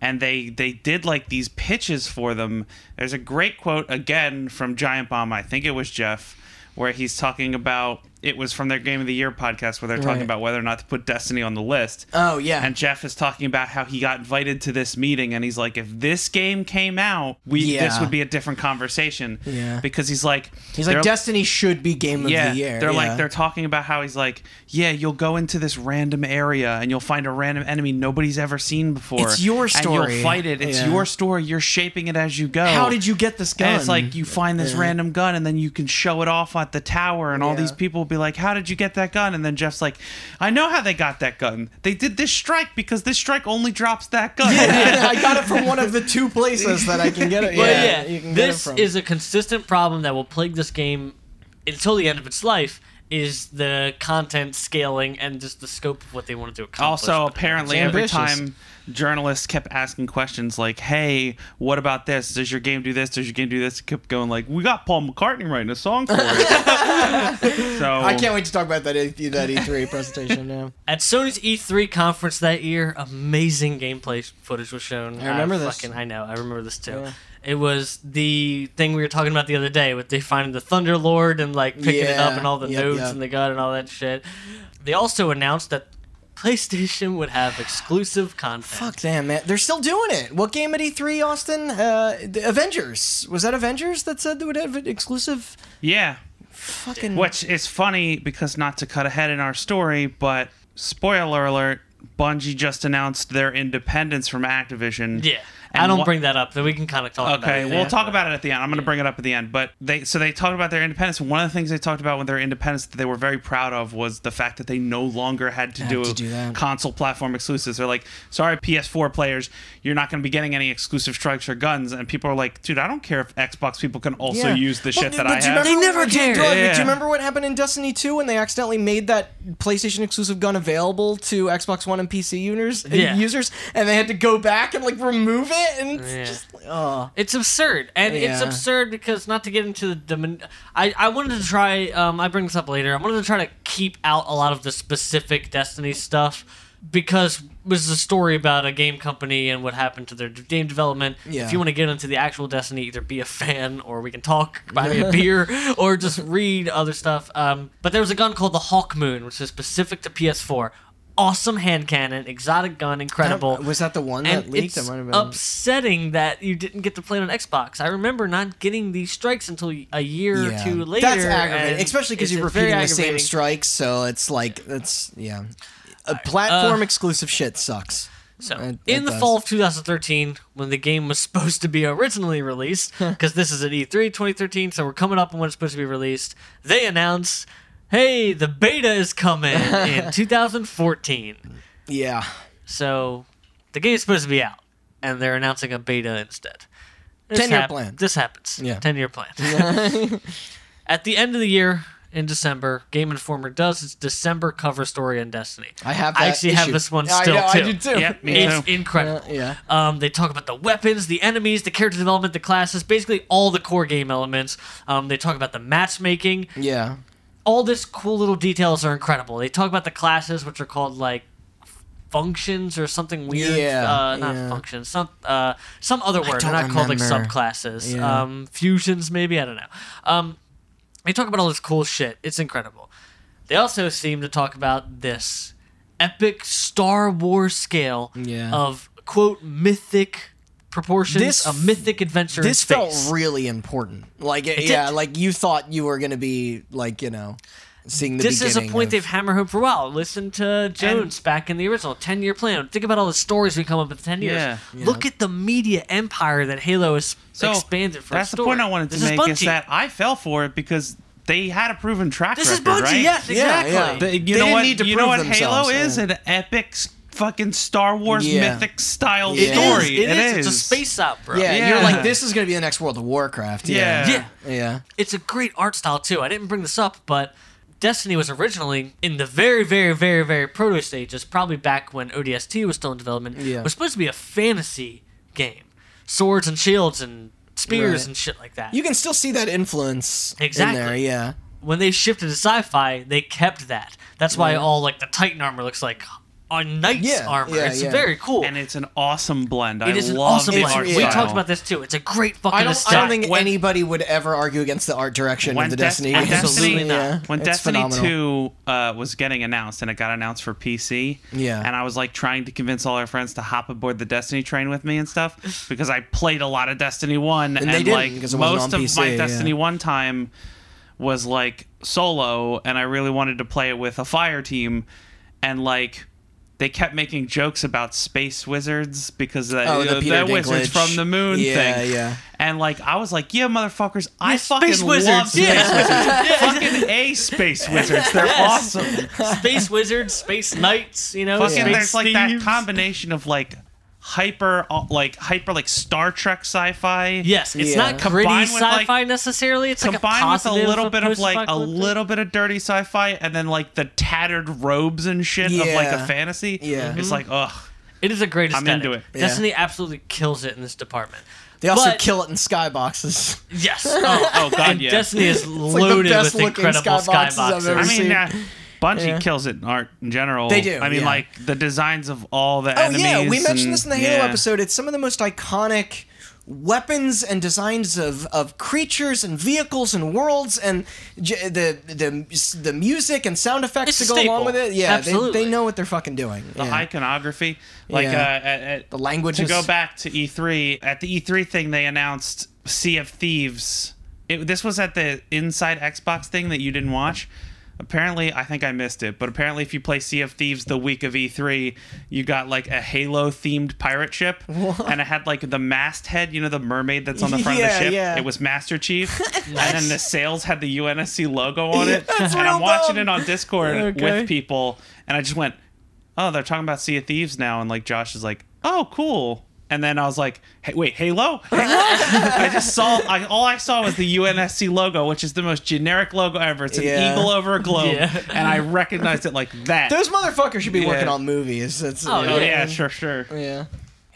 and they they did like these pitches for them. There's a great quote again from Giant Bomb, I think it was Jeff, where he's talking about it was from their Game of the Year podcast where they're talking
Right.
about whether or not to put Destiny on the list.
Oh, yeah.
And Jeff is talking about how he got invited to this meeting, and he's like, if this game came out, we this
Yeah.
would be a different conversation.
Yeah.
Because he's like,
He's like,
they're-
Destiny should be game of
yeah,
the year.
they're
yeah.
like they're talking about how he's like, yeah, you'll go into this random area and you'll find a random enemy nobody's ever seen before.
It's your
And
story."
you'll fight it. It's
Yeah.
your story. You're shaping it as you go.
How did you get this gun?
And it's like you find this random gun, and then you can show it off at the tower, and all
Yeah.
these people will be like, "How did you get that gun?" And then Jeff's like, "I know how they got that gun. They did this strike because this strike only drops that gun."
I got it from one of the two places that I can get it.
But
yeah,
yeah,
you can get
this
it from.
is a consistent problem that will plague this game until the end of its life. Is the content scaling and just the scope of what they wanted to accomplish?
also
But-
apparently
It's
every
ambitious.
time journalists kept asking questions like hey what about this does your game do this does your game do this It kept going like we got paul mccartney writing a song for it so
I can't wait to talk about that E- that E3 presentation now.
At Sony's E3 conference that year, amazing gameplay footage was shown.
I remember this.
Fucking, I know. I remember this too.
Yeah.
It was the thing we were talking about the other day with they finding the Thunder Lord and like picking it up
Yeah,
and all the
yep,
nodes
yep.
and the gun and all that shit. They also announced that PlayStation would have exclusive content.
Fuck damn man, they're still doing it. What game at E3, Austin? Uh, the Avengers was that Avengers that said they would have an exclusive
yeah
fucking.
which is funny because not to cut ahead in our story but spoiler alert Bungie just announced their independence from Activision.
Yeah.
And
I don't
wha-
bring that up, then we can kind of talk about it.
Okay, we'll
after.
talk about it at the end. I'm going to bring it up at the end. But they so they talked about their independence. One of the things they talked about with their independence that they were very proud of was the fact that they no longer had to, do,
to do that.
console platform exclusives. They're like, sorry, PS4 players, you're not going to be getting any exclusive strikes or guns. And people are like, dude, I don't care if Xbox people can also
Yeah.
use the
But-
shit that
but
I
do you
have.
remember-
They never
do you- Do,
cared.
you- do
Yeah.
you remember what happened in Destiny 2 when they accidentally made that PlayStation exclusive gun available to Xbox One and PC users?
Yeah.
users and they had to go back and like remove it and it's
Yeah.
just oh
It's absurd, and it's
Yeah.
absurd because not to get into the, the I I wanted to try. Um, I bring this up later. I wanted to try to keep out a lot of the specific Destiny stuff because this is a story about a game company and what happened to their d- game development.
Yeah.
If you want to get into the actual Destiny, either be a fan or we can talk, buy me a beer, or just read other stuff. Um, but there was a gun called the Hawk Moon, which is specific to PS4. Awesome hand cannon, exotic gun, incredible
was that the one that
and
leaked?
it's
That might have been.
upsetting that you didn't get to play it on Xbox. I remember not getting these strikes until a year or two later.
That's aggravating,
and
especially because
it's
you're
very
repeating the same
aggravating.
strikes. So it's like that's yeah, a
uh,
platform exclusive shit sucks.
So,
It-
in
it
the
does.
fall of 2013, when the game was supposed to be originally released, because this is at E E3 2013, so we're coming up on when it's supposed to be released, they announced, "Hey, the beta is coming in 2014."
Yeah,
So, the game's supposed to be out, and they're announcing a beta instead. This
10-year plan.
This happens.
Yeah.
10 year plan. At the end of the year in December, Game Informer does its December cover story on Destiny.
I have. That
I actually have
issue.
this one
Yeah, I
still
know,
too.
I do too.
Yep, me
yeah.
too.
It's incredible.
Yeah, yeah.
Um, they talk about the weapons, the enemies, the character development, the classes, basically all the core game elements. Um, they talk about the matchmaking.
Yeah.
All this cool little details are incredible. They talk about the classes, which are called like functions or something weird.
Yeah,
uh, not
yeah.
functions. Some uh, some other word. They're
don't
not called like
remember.
subclasses.
Yeah.
Um, fusions, maybe I don't know. Um, they talk about all this cool shit. It's incredible. They also seem to talk about this epic Star Wars scale
Yeah.
of quote mythic proportions.
This-
a mythic adventure.
This
in
felt
space.
really important. Like it, yeah, like you thought you were gonna be like you know, seeing the.
this is a
beginning
point
of-
they've hammered home for a while. Listen to Jones back in the original 10 year plan. Think about all the stories we come up with in 10 years.
Yeah.
Look at the media empire that Halo has
So
expanded for.
that's
its
the point
story.
I wanted to
This
make is
Bungie.
that I fell for it because they had a proven track
This is
record,
Bungie,
right?
yes,
Yeah,
exactly.
yeah.
They, you
They
know
didn't
what?
need to
you know
prove
what? Halo
themselves, yeah.
is an epic, s- fucking Star Wars
Yeah.
mythic style
It is,
story.
It, is, It's a
is.
space opera.
Yeah, you're
Yeah.
like this is gonna be the next World of Warcraft.
Yeah.
Yeah.
yeah. yeah.
It's a great art style, too. I didn't bring this up, but Destiny was originally in the very, very, very, very proto stages, probably back when ODST was still in development.
Yeah.
was supposed to be a fantasy game swords and shields and spears
Right.
and shit like that.
You can still see that influence
Exactly.
in there. Yeah,
when they shifted to sci-fi, they kept that. That's why all like the Titan armor looks like a knight's
Yeah,
armor.
yeah,
it's
yeah.
very cool.
and it's an awesome blend. I
it is an
love
awesome
the
blend.
art
We
style.
talked about this too. It's a great fucking
I don't, I
aesthetic.
don't think
When-
anybody would ever argue against the art direction
When
of the
Des-
Destiny.
when
games.
Absolutely Destiny- not.
Yeah,
when
it's
Destiny
phenomenal.
2 uh, was getting announced and it got announced for PC,
Yeah.
and I was like trying to convince all our friends to hop aboard the Destiny train with me and stuff because I played a lot of Destiny 1 and,
they didn't,
like
'cause
most
it wasn't on
of my
PC, yeah.
Destiny 1 time was like solo and I really wanted to play it with a fire team and like they kept making jokes about space wizards because that,
Oh, the
that
Peter
wizards
Dinklage.
from the moon
Yeah,
thing.
yeah.
And like I was like, yeah, motherfuckers, I
Yeah,
fucking
space
love
wizards,
space
yeah.
wizards fucking a space wizards. They're awesome.
space wizards, space knights, you know,
Fucking
space
there's like that
thieves.
combination of like hyper uh, like hyper like Star Trek sci-fi.
Yes, it's
Yeah.
not gritty
Combined with, like-
sci-fi necessarily. It's like a
Combined with a
positive
little bit of like a
post-apocalyptic.
little bit of dirty sci-fi, and then like the tattered robes and shit of like
Yeah.
a fantasy.
Yeah.
Mm-hmm.
it's like ugh.
It is a great
I'm
aesthetic.
into it.
Yeah.
Destiny absolutely kills it in this department.
They also
But-
kill it in skyboxes.
Yes. Oh,
Oh god,
and
yeah.
Destiny is
the
loaded
best
with
looking
incredible
skyboxes
skyboxes.
I've ever
I
seen.
mean, uh, Bungie
Yeah.
kills it in art in general.
They do,
I mean,
yeah.
like the designs of all the
Oh
enemies.
yeah, we mentioned
and-
this in the Halo
yeah.
episode. It's some of the most iconic weapons and designs of, of creatures and vehicles and worlds and j- the the the music and sound effects
It's a
to go
staple.
along with it. Yeah, they,
Absolutely.
they know what they're fucking doing.
the
yeah.
iconography like
Yeah.
uh, at, at-
The languages.
to go back to e3 at the e3 thing they announced sea of thieves it, this was at the inside xbox thing that you didn't watch apparently i think i missed it but apparently if you play sea of thieves the week of e3 you got like a halo themed pirate ship and it had like the masthead you know the mermaid that's on the front
Yeah,
of the ship
yeah.
it was master chief and then the sails had the unsc logo on it
That's
and i'm
real
watching
dumb.
it on discord
Okay.
with people and i just went oh, they're talking about Sea of Thieves now, and like Josh is like, oh, cool. And then I was like, hey, wait, Halo? Halo? I just saw, I, all I saw was the UNSC logo, which is the most generic logo ever. It's an
Yeah.
eagle over a globe,
Yeah.
and I recognized it like that.
Those motherfuckers should be
Yeah.
working on movies. That's,
Oh,
oh,
yeah.
yeah, sure, sure.
yeah.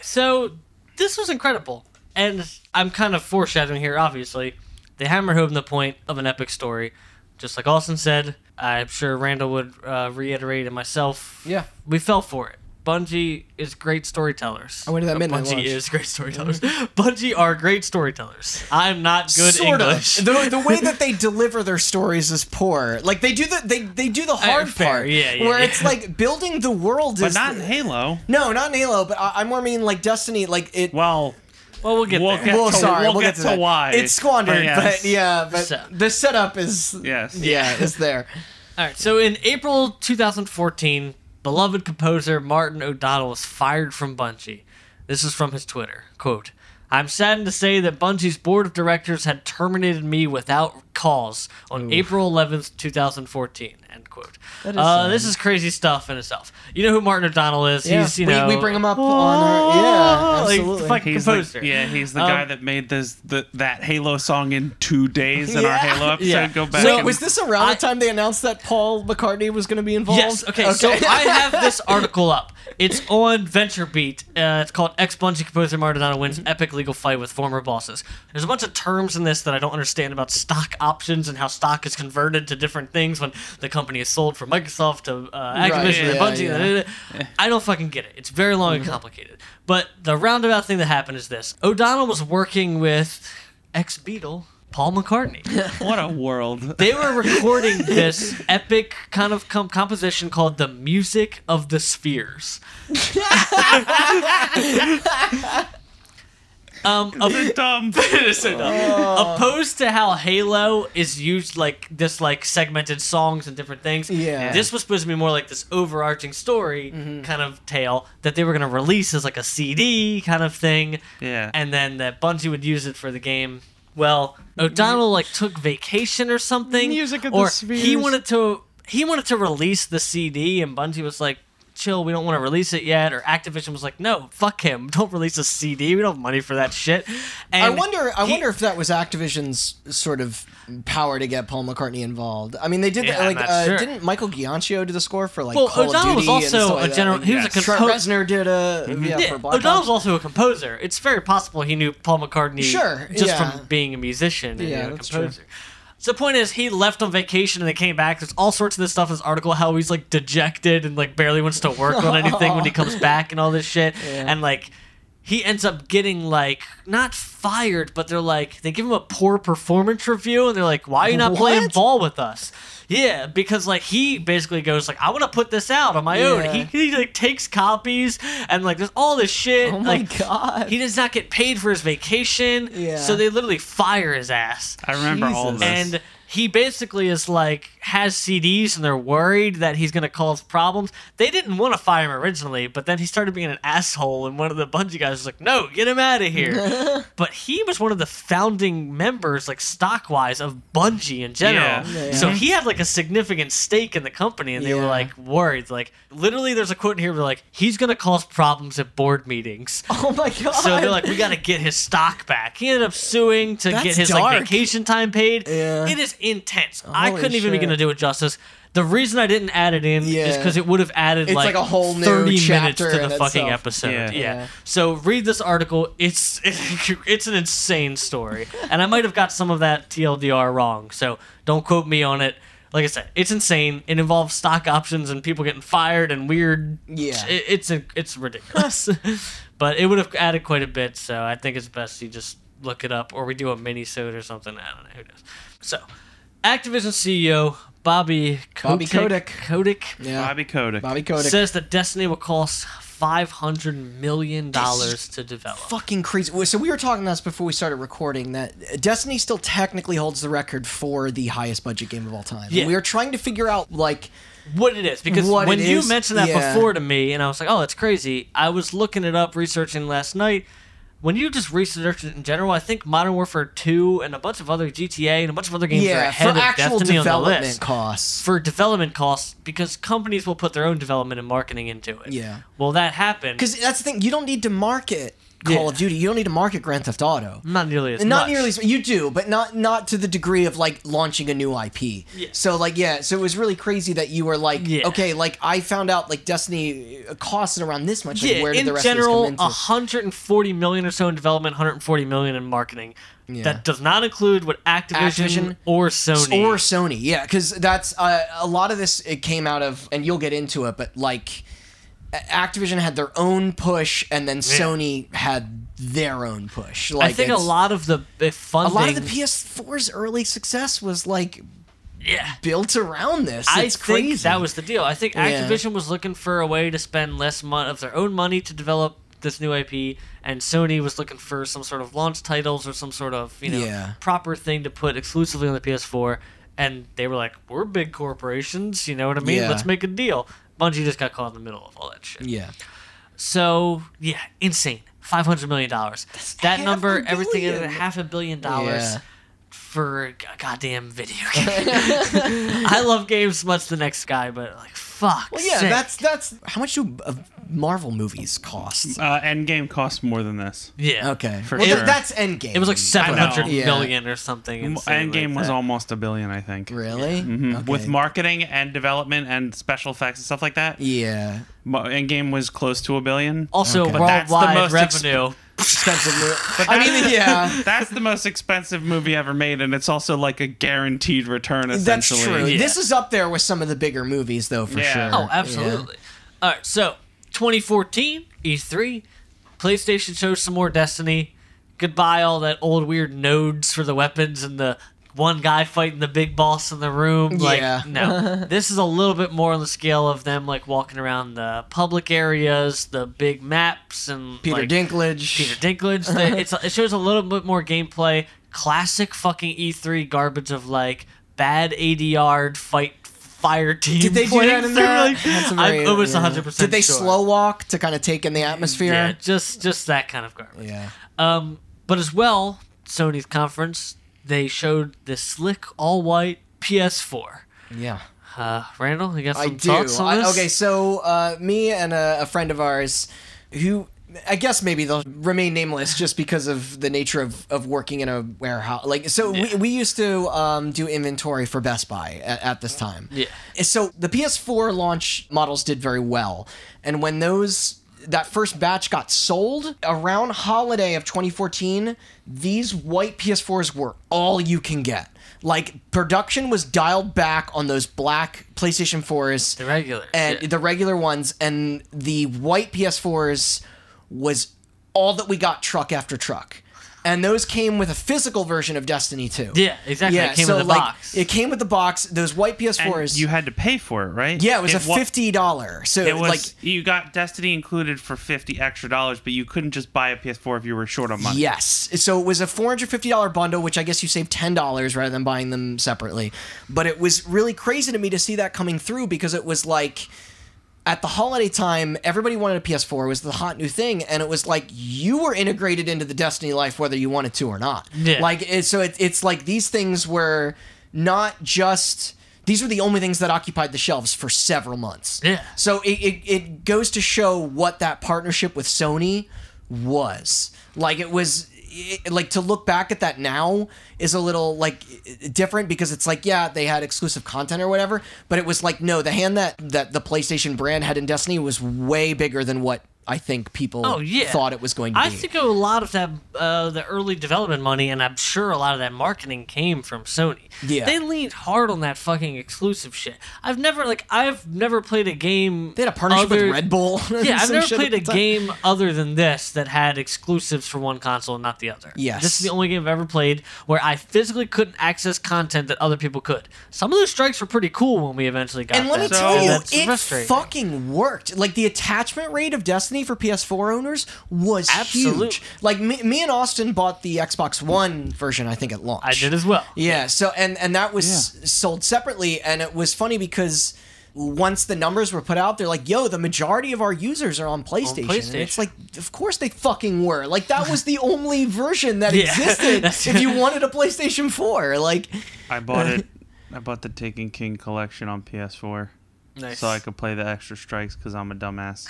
So this was incredible, and I'm kind of foreshadowing here. Obviously, they hammer home the point of an epic story, just like Austin said. I'm sure Randall would uh, reiterate, and myself.
Yeah.
we fell for it. Bungie is great storytellers.
I went to that
Uh,
midnight
Bungie
lunch.
is great storytellers. Bungie are great storytellers. I'm not good English.
of. The, the way that they deliver their stories is poor. Like they do the they, they do
Uh,
the hard
fair.
part.
Yeah, yeah,
where
yeah.
it's like building the world
But
is
not in Halo.
no, not in Halo. But I, I more mean like Destiny. Like it.
Well,
well, we'll get
We'll
there.
get-
well,
to-
sorry,
we'll
we'll,
get to
that.
why.
It's squandered,
But yes.
but yeah, but
So-
the setup is
yes.
yeah, is there.
All right. So in April 2014, beloved composer Martin O'Donnell was fired from Bungie. This is from his Twitter quote: "I'm saddened to say that Bungie's board of directors had terminated me without cause on April 11th, 2014." End quote.
That is
uh,
sad.
this is crazy stuff in itself. You know who Martin O'Donnell is?
Yeah,
He's you
we,
know
we bring him up on our yeah,
like,
absolutely.
fuck-
He's
Composer.
the, yeah, he's the
Um,
guy that made this the, that Halo song in two days in our
Yeah.
Halo episode.
Yeah.
Go back.
So-
and-
was this around
I-
the time they announced that Paul McCartney was going to be involved?
Yes. Okay, So I have this article up. It's on VentureBeat. Uh, it's called Ex Bungie composer Mardonado wins
Mm-hmm.
epic legal fight with former bosses. There's a bunch of terms in this that I don't understand about stock options and how stock is converted to different things when the company is sold from Microsoft to uh, Activision and
yeah,
Bungie.
yeah. Mm-hmm.
da, da, da. I don't fucking get it. It's very long and complicated. But the roundabout thing that happened is this: O'Donnell was working with ex Beatle Paul McCartney
What a world.
they were recording this epic kind of com- composition called the music of the spheres um op-
Dumb.
so dumb. opposed to how halo is used like this like segmented songs and different things
Yeah.
this was supposed to be more like this overarching story kind of tale that they were going to release as like a cd kind of thing
Yeah.
and then that Bungie would use it for the game. Well, O'Donnell like took vacation or something,
Music of the
or he
spheres.
wanted to he wanted to release the CD, and Bungie was like, "Chill, we don't want to release it yet." Or Activision was like, "No, fuck him, don't release a CD. We don't have money for that shit." And
I wonder. I
he-
wonder if that was Activision's sort of power to get Paul McCartney involved. I mean, they did
Yeah,
that.
I'm
Like,
not
uh,
sure.
didn't Michael Giancio do the score for like
Well,
Call
O'Donnell
of
was
Duty and
also
stuff like
a
that?
general. He was a
Yes.
Trent
composer.
Reznor did a yeah,
Yeah,
for Black
O'Donnell's
Ops.
also a composer. It's very possible he knew Paul McCartney
Sure,
just
yeah.
from being a musician and you
Yeah,
know, a
that's true.
composer. So the point is, he left on vacation and then came back. There's all sorts of this stuff in this article how he's like dejected and like barely wants to work on anything when he comes back and all this shit. And like, he ends up getting like not fired, but they're like they give him a poor performance review and they're like, "Why are you not playing
What?
ball with us?" Yeah, because like he basically goes like, "I want to put this out on my own." He
Yeah.
he like takes copies and like there's all this shit.
Oh my
like,
God.
He does not get paid for his vacation.
Yeah.
So they literally fire his ass.
I remember all
Jesus.
this.
And he basically is like has CDs and they're worried that he's gonna cause problems. They didn't want to fire him originally, but then he started being an asshole and one of the Bungie guys was like, No, get him out of here. but he was one of the founding members, like stock wise, of Bungie in general.
Yeah.
Yeah, yeah.
So he had like a significant stake in the company and they were
Yeah.
like worried. Like literally there's a quote in here where like, he's gonna cause problems at board meetings.
Oh my god!
So they're like, we got to get his stock back. He ended up suing to
That's
get his
dark.
like vacation time paid.
Yeah.
It is intense. I
Holy
couldn't even
shit.
begin to do it justice. The reason I didn't add it in is
Yeah.
because it would have added
It's like a whole new
thirty minutes
chapter
to the
in
fucking
itself.
episode.
Yeah.
Yeah.
Yeah.
So read this article. It's it's an insane story, and I might have got some of that TLDR wrong. So don't quote me on it. Like I said, it's insane. It involves stock options and people getting fired and weird
Yeah.
it- it's a, it's ridiculous, but it would have added quite a bit. So I think it's best you just look it up, or we do a mini sode or something. I don't know who knows. So, Activision CEO Bobby Kotick,
Bobby
Kotick
yeah, Bobby,
Bobby Kotick.
Kotick.
says that Destiny will cost five hundred million dollars to develop.
fucking crazy. Well, So we were talking this before we started recording that Destiny still technically holds the record for the highest budget game of all time. And
Yeah.
we were trying to figure out like
what it is because
What
when
it
you
is,
mentioned that
yeah.
before to me and i was like oh that's crazy i was looking it up researching last night when you just research it in general i think modern warfare 2 and a bunch of other gta and a bunch of other games are
yeah for
ahead of
actual
destiny on the
development
list
costs.
for development costs because companies will put their own development and marketing into it
Yeah.
well that happened
Because that's the thing, you don't need to market Call
Yeah.
of Duty. You don't need to market Grand Theft Auto.
not nearly as
not
much.
nearly as you do, but not not to the degree of like launching a new IP. So like yeah, so it was really crazy that you were like
Yeah.
okay, like I found out like Destiny uh, costs around this much. Like,
yeah,
where did
in
the rest
general,
of this come into?
140 million or so in development, 140 million in marketing.
Yeah.
That does not include what Activision,
Activision
or Sony
or Sony. Yeah, because that's uh, a lot of this. It came out of, and you'll get into it, but like A- Activision had their own push, and then Sony had their own push. Like
I think a
it's-
lot of the the
a
funding.
lot of the PS4's early success was like
yeah.
built around this.
I
It's
think
crazy.
that was the deal. I think Activision was looking for a way to spend less mon- of their own money to develop this new IP, and Sony was looking for some sort of launch titles or some sort of you know
Yeah.
proper thing to put exclusively on the PS4. And they were like, "We're big corporations, you know what I mean?
Yeah.
Let's make a deal." Bungie just got caught in the middle of all that shit.
yeah.
So yeah, insane. Five hundred million dollars. That
half
number,
a
everything is
billion.
half a billion dollars.
Yeah.
for a g- goddamn video game. I love games as much as the next guy, but like fuck.
Well, yeah,
sake.
that's that's how much do uh, Marvel movies cost?
Uh, Endgame costs more more than this.
yeah.
Okay,
For
well, th-
sure.
that's Endgame.
It was like seven hundred
know.
million
Yeah.
or something. insane
Endgame
like
was
that.
almost a billion, I think.
really Mm-hmm.
Mhm. With
Okay.
marketing and development and special effects and stuff like that,
Yeah,
Mo- Endgame was close to a billion.
also
Okay. But
that's the
worldwide
most exp-
revenue.
expensive. mo-
But
I
that's-
mean, yeah,
That's the most expensive movie ever made, and it's also like a guaranteed return.
that's
Essentially,
true.
Yeah.
This is up there with some of the bigger movies, though, for
Yeah.
sure.
Oh, absolutely. All right, so 2014 E3, PlayStation shows some more Destiny. Goodbye, all that old weird nodes for the weapons and the one guy fighting the big boss in the room. Like,
Yeah.
no, this is a little bit more on the scale of them like walking around the public areas, the big maps, and
Peter
like,
Dinklage.
Peter Dinklage. The, it's, it shows a little bit more gameplay. Classic fucking E3 garbage of like bad ADR fight fire team.
Did they do
playing
that in
through,
that?
like-
That's a
I'm
very-
almost
yeah.
100 percent.
Did they slow walk to kind of take in the atmosphere?
Yeah, just just that kind of garbage.
Yeah.
Um, but as well, Sony's conference they showed this slick all white PS4.
Yeah.
Uh, Randall, you got some
I do.
thoughts on
I-
this?
okay, so uh, me and a, a friend of ours who. I guess maybe they'll remain nameless just because of the nature of, of working in a warehouse. Like, so we, we used to um, do inventory for Best Buy at, at this time.
Yeah.
So the PS4 launch models did very well. And when those that first batch got sold around holiday of 2014, these white PS4s were all you can get. Like production was dialed back on those black PlayStation 4s
the regulars.
and
yeah.
the regular ones and the white PS4s was all that we got truck after truck. And those came with a physical version of Destiny 2.
Yeah, exactly. It came
so
with a
like
box.
it came with the box. Those white
And
PS4s.
you had to pay for it, right?
yeah, it was a
wa-
fifty dollar. So
It was
like
you got Destiny included for fifty extra dollars, but you couldn't just buy a PS4 if you were short on money.
Yes. So it was a $450 bundle, which I guess you saved $10 rather than buying them separately. But it was really crazy to me to see that coming through because it was like at the holiday time, everybody wanted a PS4. It was the hot new thing. And it was like you were integrated into the Destiny life whether you wanted to or not.
Yeah.
Like, it, so it, it's like these things were not just. These were the only things that occupied the shelves for several months.
Yeah.
So it, it, it goes to show what that partnership with Sony was. Like it was it, like to look back at that now is a little like different because it's like yeah they had exclusive content or whatever but it was like no the hand that that the PlayStation brand had in Destiny was way bigger than what I think people
Oh, yeah.
thought it was going to
I
be.
think a lot of that, uh, the early development money, and I'm sure a lot of that marketing came from Sony.
Yeah.
they leaned hard on that fucking exclusive shit. I've never like I've never played a game.
they had a partnership
other-
with Red Bull.
Yeah, I've
Some
never
shit
played
at
a
the time.
game other than this that had exclusives for one console and not the other.
Yes.
This is the only game I've ever played where I physically couldn't access content that other people could. Some of those strikes were pretty cool when we eventually got
And let me
them,
tell
and
you,
that's
it
frustrating.
fucking worked. Like the attachment rate of Destiny for PS4 owners was
Absolute.
huge. Like me, me and Austin bought the Xbox One version, I think at launch.
I did as well.
Yeah. So and and that was s- sold separately, and it was funny because once the numbers were put out, they're like, "Yo, the majority of our users are on PlayStation." And it's
PlayStation.
like, of course they fucking were. Like that was the only version that
Yeah.
existed.
That's-
if you wanted a PlayStation 4, like
I bought it. I bought the Taken King collection on PS4
Nice.
so I could play the extra strikes because I'm a dumbass.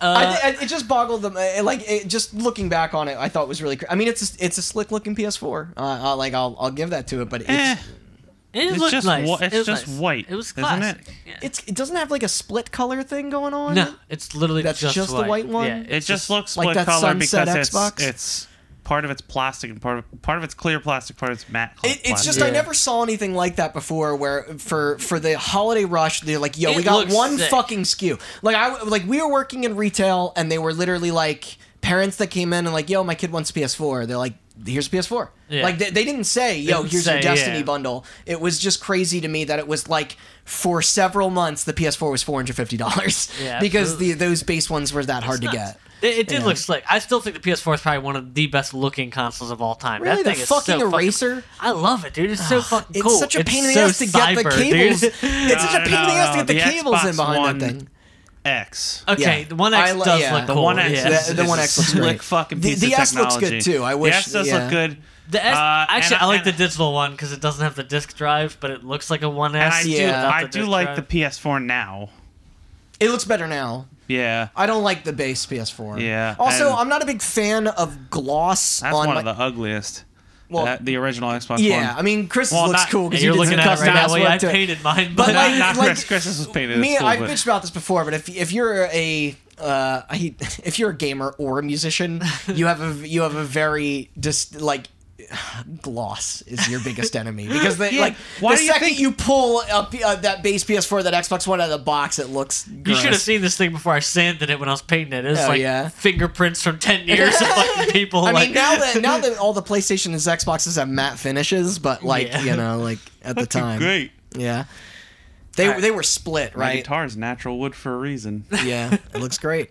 I, I, it just boggled them. uh, Like it, just looking back on it, I thought was really. Cr- I mean, it's a, it's a slick looking PS4. Uh, I, like I'll I'll give that to it, but it's,
Eh,
It
It's
looked
just
nice.
wha- it's
It was
just
nice.
white,
It was
isn't it?
classic. Yeah.
it's it doesn't have like a split color thing going on.
No, it's literally
That's
just,
just the
white.
white one?
Yeah,
it just, looks
like
split
that
color
sunset
because it's,
Xbox?
it's part of it's plastic and part of part of it's clear plastic, part of it's matte. col-
It, it's just
plastic.
I
Yeah.
never saw anything like that before. Where for for the holiday rush, they're like, "Yo,
It
we got
looks
one
sick.
fucking SKU." Like I like we were working in retail, and they were literally like parents that came in and like, "Yo, my kid wants a PS4." They're like, "Here's a PS4."
Yeah.
Like they, they didn't say, "Yo,
didn't
here's
say,
your Destiny
yeah.
bundle." It was just crazy to me that it was like for several months the PS4 was four hundred fifty dollars
Yeah,
because the those base ones were that hard to get.
It, it did look slick. I still think the PS4 is probably one of the best looking consoles of all time.
Really?
that thing
The
is
fucking
so
eraser?
I love it, dude. It's so fucking
It's
cool.
such a pain in the
so
ass to get the
cyber,
cables.
dude.
It's such a
No,
pain in the
no,
ass
no,
to get the,
the
cables in
Xbox
behind
One-
that thing.
X.
okay,
Yeah.
the One X
I lo-
does
yeah.
look
The
cool.
One X,
Oh, yeah.
is-
is,
the
is
One
a
X looks
slick
great.
fucking
The-
piece
the
of
S looks
technology.
good, too. I wish-
the S does
yeah.
look good.
The S-
Uh, and
actually,
I-
I, like
and-
the digital one because it doesn't have the disc drive, but it looks like a 1S.
And I
Yeah.
do,
without
I
the uh,
do
disc
like
drive.
the PS4 now.
It looks better now.
Yeah,
I don't like the base PS4.
Yeah,
Also,
and-
I'm not a big fan of gloss
that's
on
one
my.
of the ugliest.
Well-
That- the original Xbox
yeah,
One.
I mean, Chris
Well,
looks
not-
cool
And
because
you're looking at it right
now.
that way. I painted mine, but,
But,
Not,
like,
not
like-
Chris. Chris was painted.
me
at school,
i've
but-
bitched about this before but if, if you're a uh, I hate- if you're a gamer or a musician you have a you have a very just like gloss is your biggest enemy because they
Yeah,
like
why
the
do you
second you,
think-
pull up uh, that base ps4 that xbox one out of the box it looks
you
gross.
should have seen this thing before I sanded it when I was painting it. It's
Oh,
like
yeah.
fingerprints from 10 years of fucking people.
I
like,
mean, now that now that all the PlayStation and Xboxes have matte finishes, but like
Yeah.
you know, like at the time,
Great.
yeah, they
Alright.
they were split,
My
right?
guitar's natural wood for a reason.
Yeah, it looks great.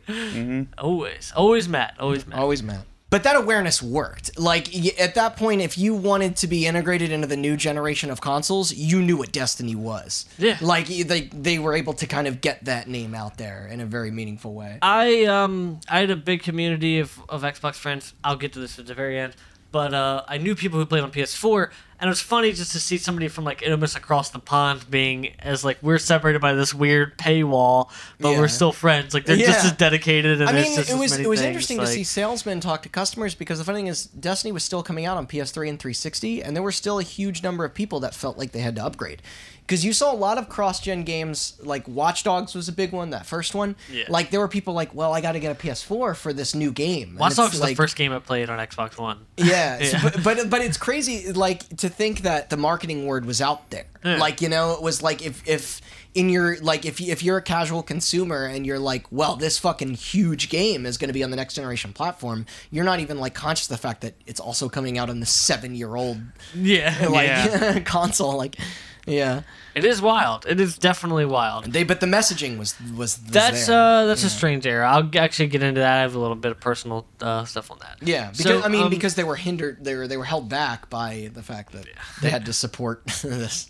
Always. Always Matt. Always Matt.
Always meant. But that awareness worked. Like y- at that point, if you wanted to be integrated into the new generation of consoles, you knew what Destiny was.
Yeah.
Like y- they they were able to kind of get that name out there in a very meaningful way.
I um I had a big community of, of Xbox friends. I'll get to this at the very end, but uh, I knew people who played on PS4, and it was funny just to see somebody from like almost across the pond being as like we're separated by this weird paywall, but
Yeah.
we're still friends. Like they're just
Yeah.
as dedicated. And
I
there's
mean,
just
it
as
was
many
it was
things,
interesting
like-
to see salesmen talk to customers because the funny thing is, Destiny was still coming out on PS3 and 360, and there were still a huge number of people that felt like they had to upgrade. Because you saw a lot of cross-gen games, like Watch Dogs was a big one, that first one.
Yeah.
Like there were people like, well, I got to get a PS4 for this new game. And
Watch
it's
Dogs was the
like-
first game I played on Xbox One.
Yeah, so-
Yeah.
but, but but it's crazy, like to think that the marketing word was out there.
Yeah.
Like you know, it was like if if in your like if if you're a casual consumer and you're like, well, this fucking huge game is going to be on the next generation platform, you're not even like conscious of the fact that it's also coming out on the seven year old
Yeah,
like
Yeah.
console. Like, yeah,
it is wild. It is definitely wild.
they but the messaging was was, was
That's
there.
uh, that's a strange error. I'll g- actually get into that. I have a little bit of personal uh, stuff on that.
Yeah, because
So,
I mean,
um,
because they were hindered, they were they were held back by the fact that they had to support this.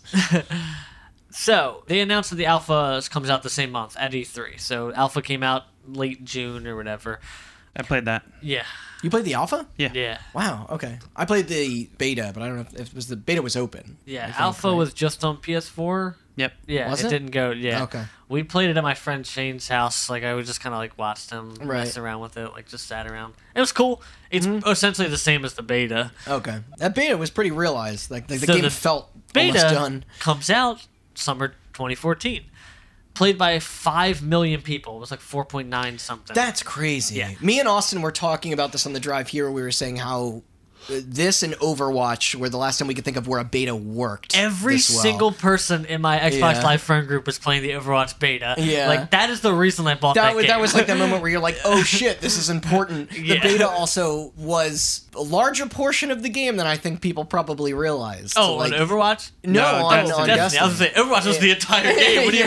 So they announced that the alpha comes out the same month at E3. So alpha came out late June or whatever.
I played that.
Yeah,
You played the alpha?
Yeah.
yeah,
Wow. Okay. I played the beta, but I don't know if, if it was the beta was open. I
yeah.
think,
alpha
right?
was just on PS4.
Yep.
Yeah,
Was
it,
it?
didn't go. Yeah,
Okay.
We played it at my friend Shane's house. Like I was just kind of like watched him
Right.
mess around with it. Like just sat around. It was cool. It's essentially the same as the beta.
okay. That beta was pretty realized. Like the, the
So
game
the
felt
Beta
almost done.
comes out summer 2014. Played by five million people. It was like 4.9 something.
That's crazy.
Yeah.
Me and Austin were talking about this on the drive here. We were saying how uh, this and Overwatch were the last time we could think of where a beta worked.
every
this well.
single person in my Xbox
Yeah.
Live friend group was playing the Overwatch beta.
Yeah.
like that is the reason I bought that.
That, was,
game.
that was like the moment where you're like, oh shit, this is important. The
Yeah.
beta also was a larger portion of the game than I think people probably realized.
oh,
like,
on Overwatch.
No,
No,
on,
Destiny.
on
Destiny.
Destiny.
I was gonna say Overwatch was the entire game. What do you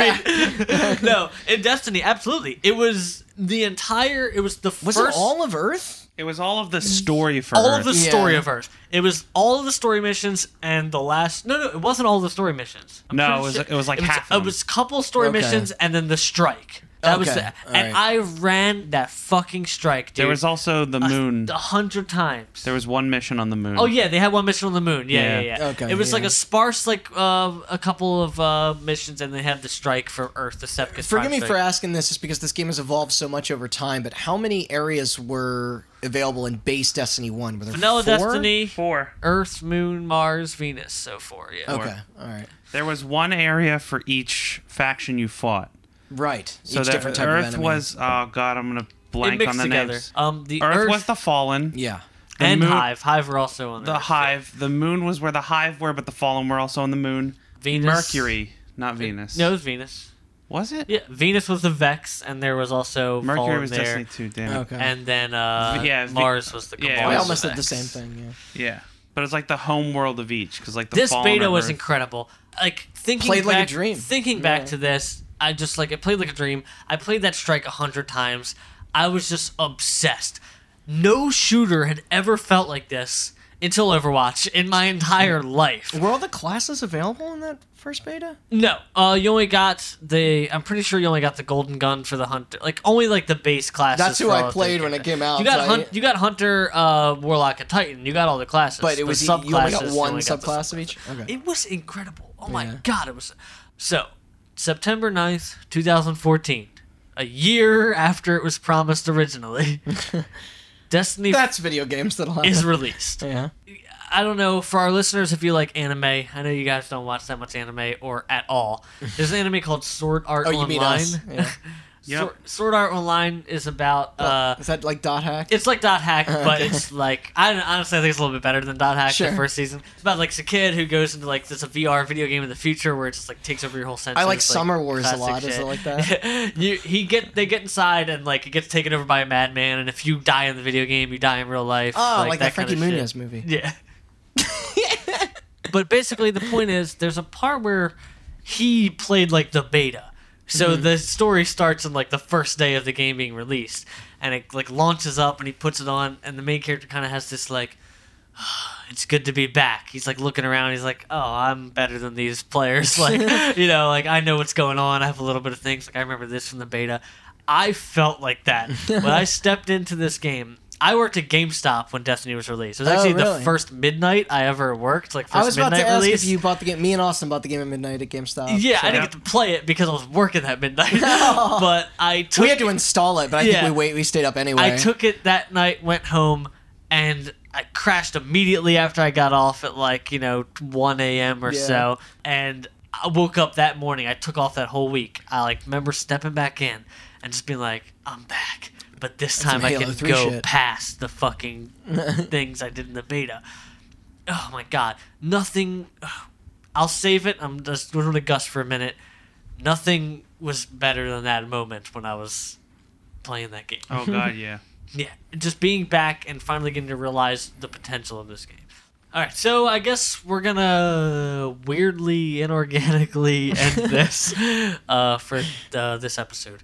Yeah.
mean? no, in Destiny, absolutely. It was the entire. It was the
Was
first.
it all of Earth?
It was all of the story for
all of the
Earth.
Yeah.
story of Earth. It was all of the story missions and the last. No, no, it wasn't all the story missions. I'm
No,
pretty
it was-
sure-
it was like half
It
of them.
was a couple story
Okay.
missions and then the strike. That was
Okay,
the,
all
and
right.
I ran that fucking strike, dude.
There was also the moon.
a hundred times.
There was one mission on the moon.
Oh yeah, they had one mission on the moon. Yeah, yeah,
Yeah.
yeah.
Okay,
it was like
yeah.
a sparse, like uh, a couple of uh, missions, and they had the strike for Earth, the Sepkus.
Forgive
Prime
me
strike.
for asking this just because this game has evolved so much over time, but how many areas were available in base Destiny 1? Were there
Vanilla
four?
Destiny,
Four.
Earth, Moon, Mars, Venus, so forth. Yeah.
Okay, all right.
There was one area for each faction you fought.
Right.
So
Each
that
different type
Earth
of enemy.
was. Oh god, I'm gonna
It
blank on
mixed
the
together.
names.
Um, the
Earth,
Earth,
was the Fallen.
Yeah.
and
moon-
Hive. Hive were also on
The
Earth.
Hive. The Moon was where the Hive were, but the Fallen were also on the Moon.
Venus.
Mercury, not Venus.
No, it was Venus.
Was it?
Yeah, Venus was the Vex, and there was also
Mercury
Fallen
was
there.
Destiny 2, damn it.
Okay.
And then uh,
V- yeah, V-
Mars was the
yeah, it
Cabal.
I
was
almost
Vex.
did the same thing, yeah.
Yeah. But it's like the home world of each, because like the
this
Fallen
beta
are
was
Earth.
incredible. Like thinking
Played
back,
like a dream.
Thinking back
Yeah.
to this, I just like it played like a dream. I played that strike a hundred times. I was just obsessed. No shooter had ever felt like this until Overwatch in my entire life.
Were all the classes available in that first beta?
No, uh, you only got the. I'm pretty sure you only got the golden gun for the hunter. Like only like the base classes.
That's who
for
I
all of
played
the-
when it came out,
You got
so I-
hunt, you got hunter, uh, warlock, and titan. You got all the classes,
But it was e, you
subclasses.
only got
you
one
only got the
subclass of each. Okay.
It was incredible. Oh my
Yeah.
god, it was so September 9th, 2014, a year after it was promised originally. Destiny
That's video games that'll happen.
is released.
yeah.
I don't know for our listeners if you like anime. I know you guys don't watch that much anime or at all. There's an anime called Sword Art
Oh, you
Online.
mean us?
Yep.
Yeah.
Sword, Sword Art Online is about uh,
Is that like dot hack?
it's like Dot Hack, but
Oh, Okay.
it's like I don't- honestly I think it's a little bit better than Dot Hack
Sure.
the first season. It's about like it's a kid who goes into like this a VR video game in the future where it just like takes over your whole senses.
I like Summer Wars a
classic
lot. Is it like
shit. you he get they get inside and like it gets taken over by a madman, and if you die in the video game, you die in real life.
oh, like, that,
kind
Frankie
of shit.
Muniz movie.
Yeah. but basically, the point is, there's a part where he played like the beta, so the story starts in like the first day of the game being released, and it like launches up, and he puts it on, and the main character kind of has this like. "Ah, It's good to be back. He's like looking around. He's like, "Oh, I'm better than these players. Like, you know, like I know what's going on. I have a little bit of things. Like, I remember this from the beta. I felt like that when I stepped into this game. I worked at GameStop when Destiny was released. It was
Oh,
actually the
really?
first midnight I ever worked. Like, first
I was about
midnight
to ask
release.
if you bought the game. Me and Austin bought the game at midnight at GameStop.
yeah,
so-
I didn't get to play it because I was working that midnight.
No.
but I took
we had to install it, but I
Yeah.
think we wait. We stayed up anyway.
I took it that night, went home, and I crashed immediately after I got off at like, you know, 1 a.m. or
Yeah.
so. And I woke up that morning. I took off that whole week. I like remember stepping back in and just being like, I'm back. But this
some
time I
Halo
can
3
go
shit.
past the fucking things I did in the beta. Oh my god. Nothing. I'll save it. I'm just going to gush for a minute. Nothing was better than that moment when I was playing that game.
Oh god, yeah.
Yeah, just being back and finally getting to realize the potential of this game. All right, so I guess we're gonna weirdly, inorganically end this uh, for uh, this episode.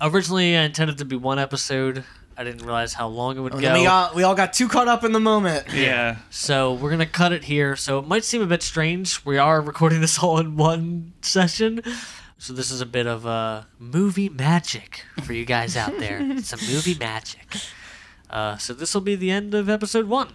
Originally, I intended to be one episode. I didn't realize how long it would
And
go.
then we all we all got too caught up in the moment.
Yeah.
So we're gonna cut it here. So it might seem a bit strange. We are recording this all in one session. So this is a bit of uh, movie magic for you guys out there. It's a movie magic. Uh, so this will be the end of episode one.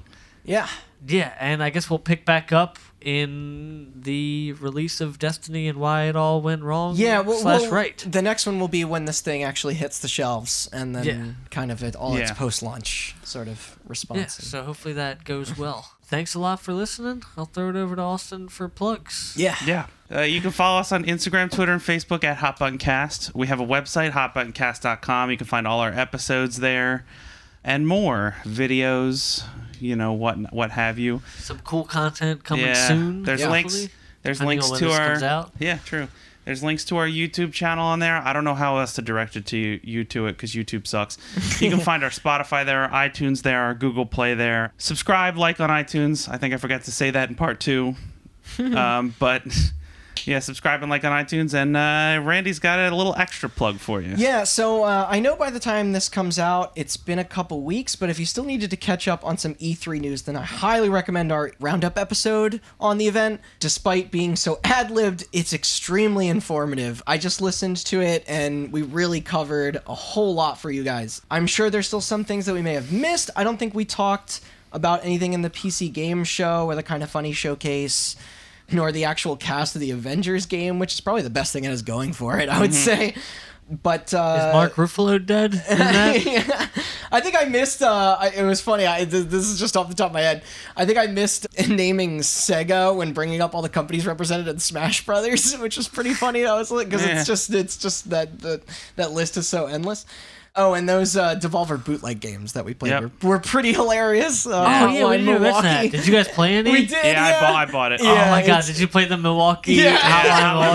Yeah.
Yeah, and I guess we'll pick back up in the release of Destiny and why it all went wrong.
Yeah, well,
slash
well,
right.
The next one will be when this thing actually hits the shelves, and then
Yeah.
kind of it, all its
Yeah.
post-launch sort of response.
Yeah. So hopefully that goes well. Thanks a lot for listening. I'll throw it over to Austin for plugs.
yeah.
Yeah. Uh, you can follow us on Instagram, Twitter, and Facebook at Hot Button Cast. We have a website, hotbuttoncast.com. You can find all our episodes there and more videos, you know, what what have you.
some cool content coming
yeah.
soon.
There's
hopefully.
links. There's
Depending
links
on when
to
this
our
comes out.
Yeah, true. There's links to our YouTube channel on there. I don't know how else to direct it to you, you to it because YouTube sucks. You can find our Spotify there, our iTunes there, our Google Play there. Subscribe, like on iTunes. I think I forgot to say that in part two. um, but yeah, subscribe and like on iTunes. And uh, Randy's got a little extra plug for you.
Yeah, so uh, I know by the time this comes out, it's been a couple weeks, but if you still needed to catch up on some E3 news, then I highly recommend our roundup episode on the event. Despite being so ad libbed, it's extremely informative. I just listened to it and we really covered a whole lot for you guys. I'm sure there's still some things that we may have missed. I don't think we talked about anything in the PC game show or the kind of funny showcase nor the actual cast of the Avengers game, which is probably the best thing it is going for it, I would say. But uh, Oh,
Is Mark Ruffalo dead? Oh, in that?
I think I missed. Uh, I, it was funny. I, th- this is just off the top of my head. I think I missed naming Sega when bringing up all the companies represented in Smash Brothers, which is pretty funny. I was like, because
Yeah.
it's just it's just that that that list is so endless. Oh, and those uh, Devolver bootleg games that we played
Yep.
were, were pretty hilarious. Uh,
Oh yeah, we
Hotline
didn't even mention that.
Milwaukee.
Did you guys play any?
We did.
Yeah, I,
yeah.
bought, I bought it.
Yeah.
Oh my god,
it's-
did you play the Milwaukee?
Yeah.
Hotline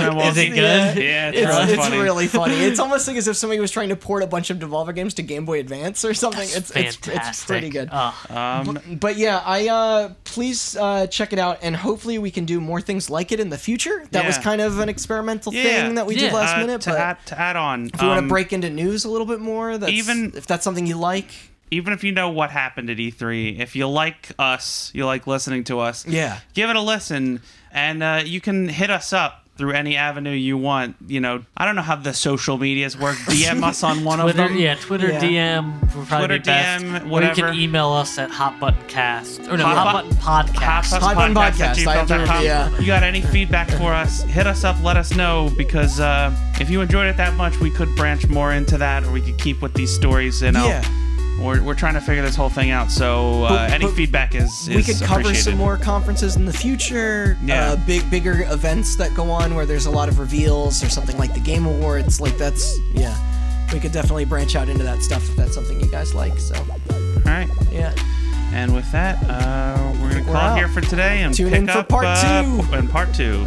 Yeah,
Milwaukee? Is it
Milwaukee.
good?
Yeah, it's
It's,
really
it's
funny.
really funny. It's almost like as if somebody was trying to port a bunch of Devolver games to Game Boy Advance or something. it's, it's
Fantastic.
it's pretty good. Uh,
Oh,
Um,
But yeah, I uh, please uh, check it out, and hopefully we can do more things like it in the future. That was
Yeah.
kind of an experimental
Yeah.
thing that we did
Yeah.
last
uh,
minute.
to,
But
add, to add on,
if you want
um,
to break into news a little bit more, that's,
even-
even if that's something you like,
even if you know what happened at E3, if you like us, you like listening to us,
Yeah.
give it a listen, and uh, you can hit us up through any avenue you want. You know, I don't know how the social medias work. DM us on one of
Oh, Twitter,
them.
yeah, Twitter
Yeah.
DM would probably
Twitter
be best.
DM,
Or you
whatever.
can email us at hotbuttoncast. Or no,
Hot
hot,
Button-
button podcast.
Hot
Hot
Button
Button
Podcast at
Podcast, I have to
gmail dot com.
remember, yeah.
You got any feedback for us? Hit us up. Let us know because uh, if you enjoyed it that much, we could branch more into that, or we could keep with these stories. You know,
Yeah.
we're, we're trying to figure this whole thing out. So uh,
But-
any
but
feedback is, is
we could cover
appreciated.
some more conferences in the future.
Yeah.
Uh, big, bigger events that go on where there's a lot of reveals or something like the Game Awards. Like that's yeah. We could definitely branch out into that stuff if that's something you guys like. So
All right.
yeah.
And with that, uh, we're gonna
We're
call it
out.
here for today and
Tune
pick
in for
up
part
uh,
two.
and part two.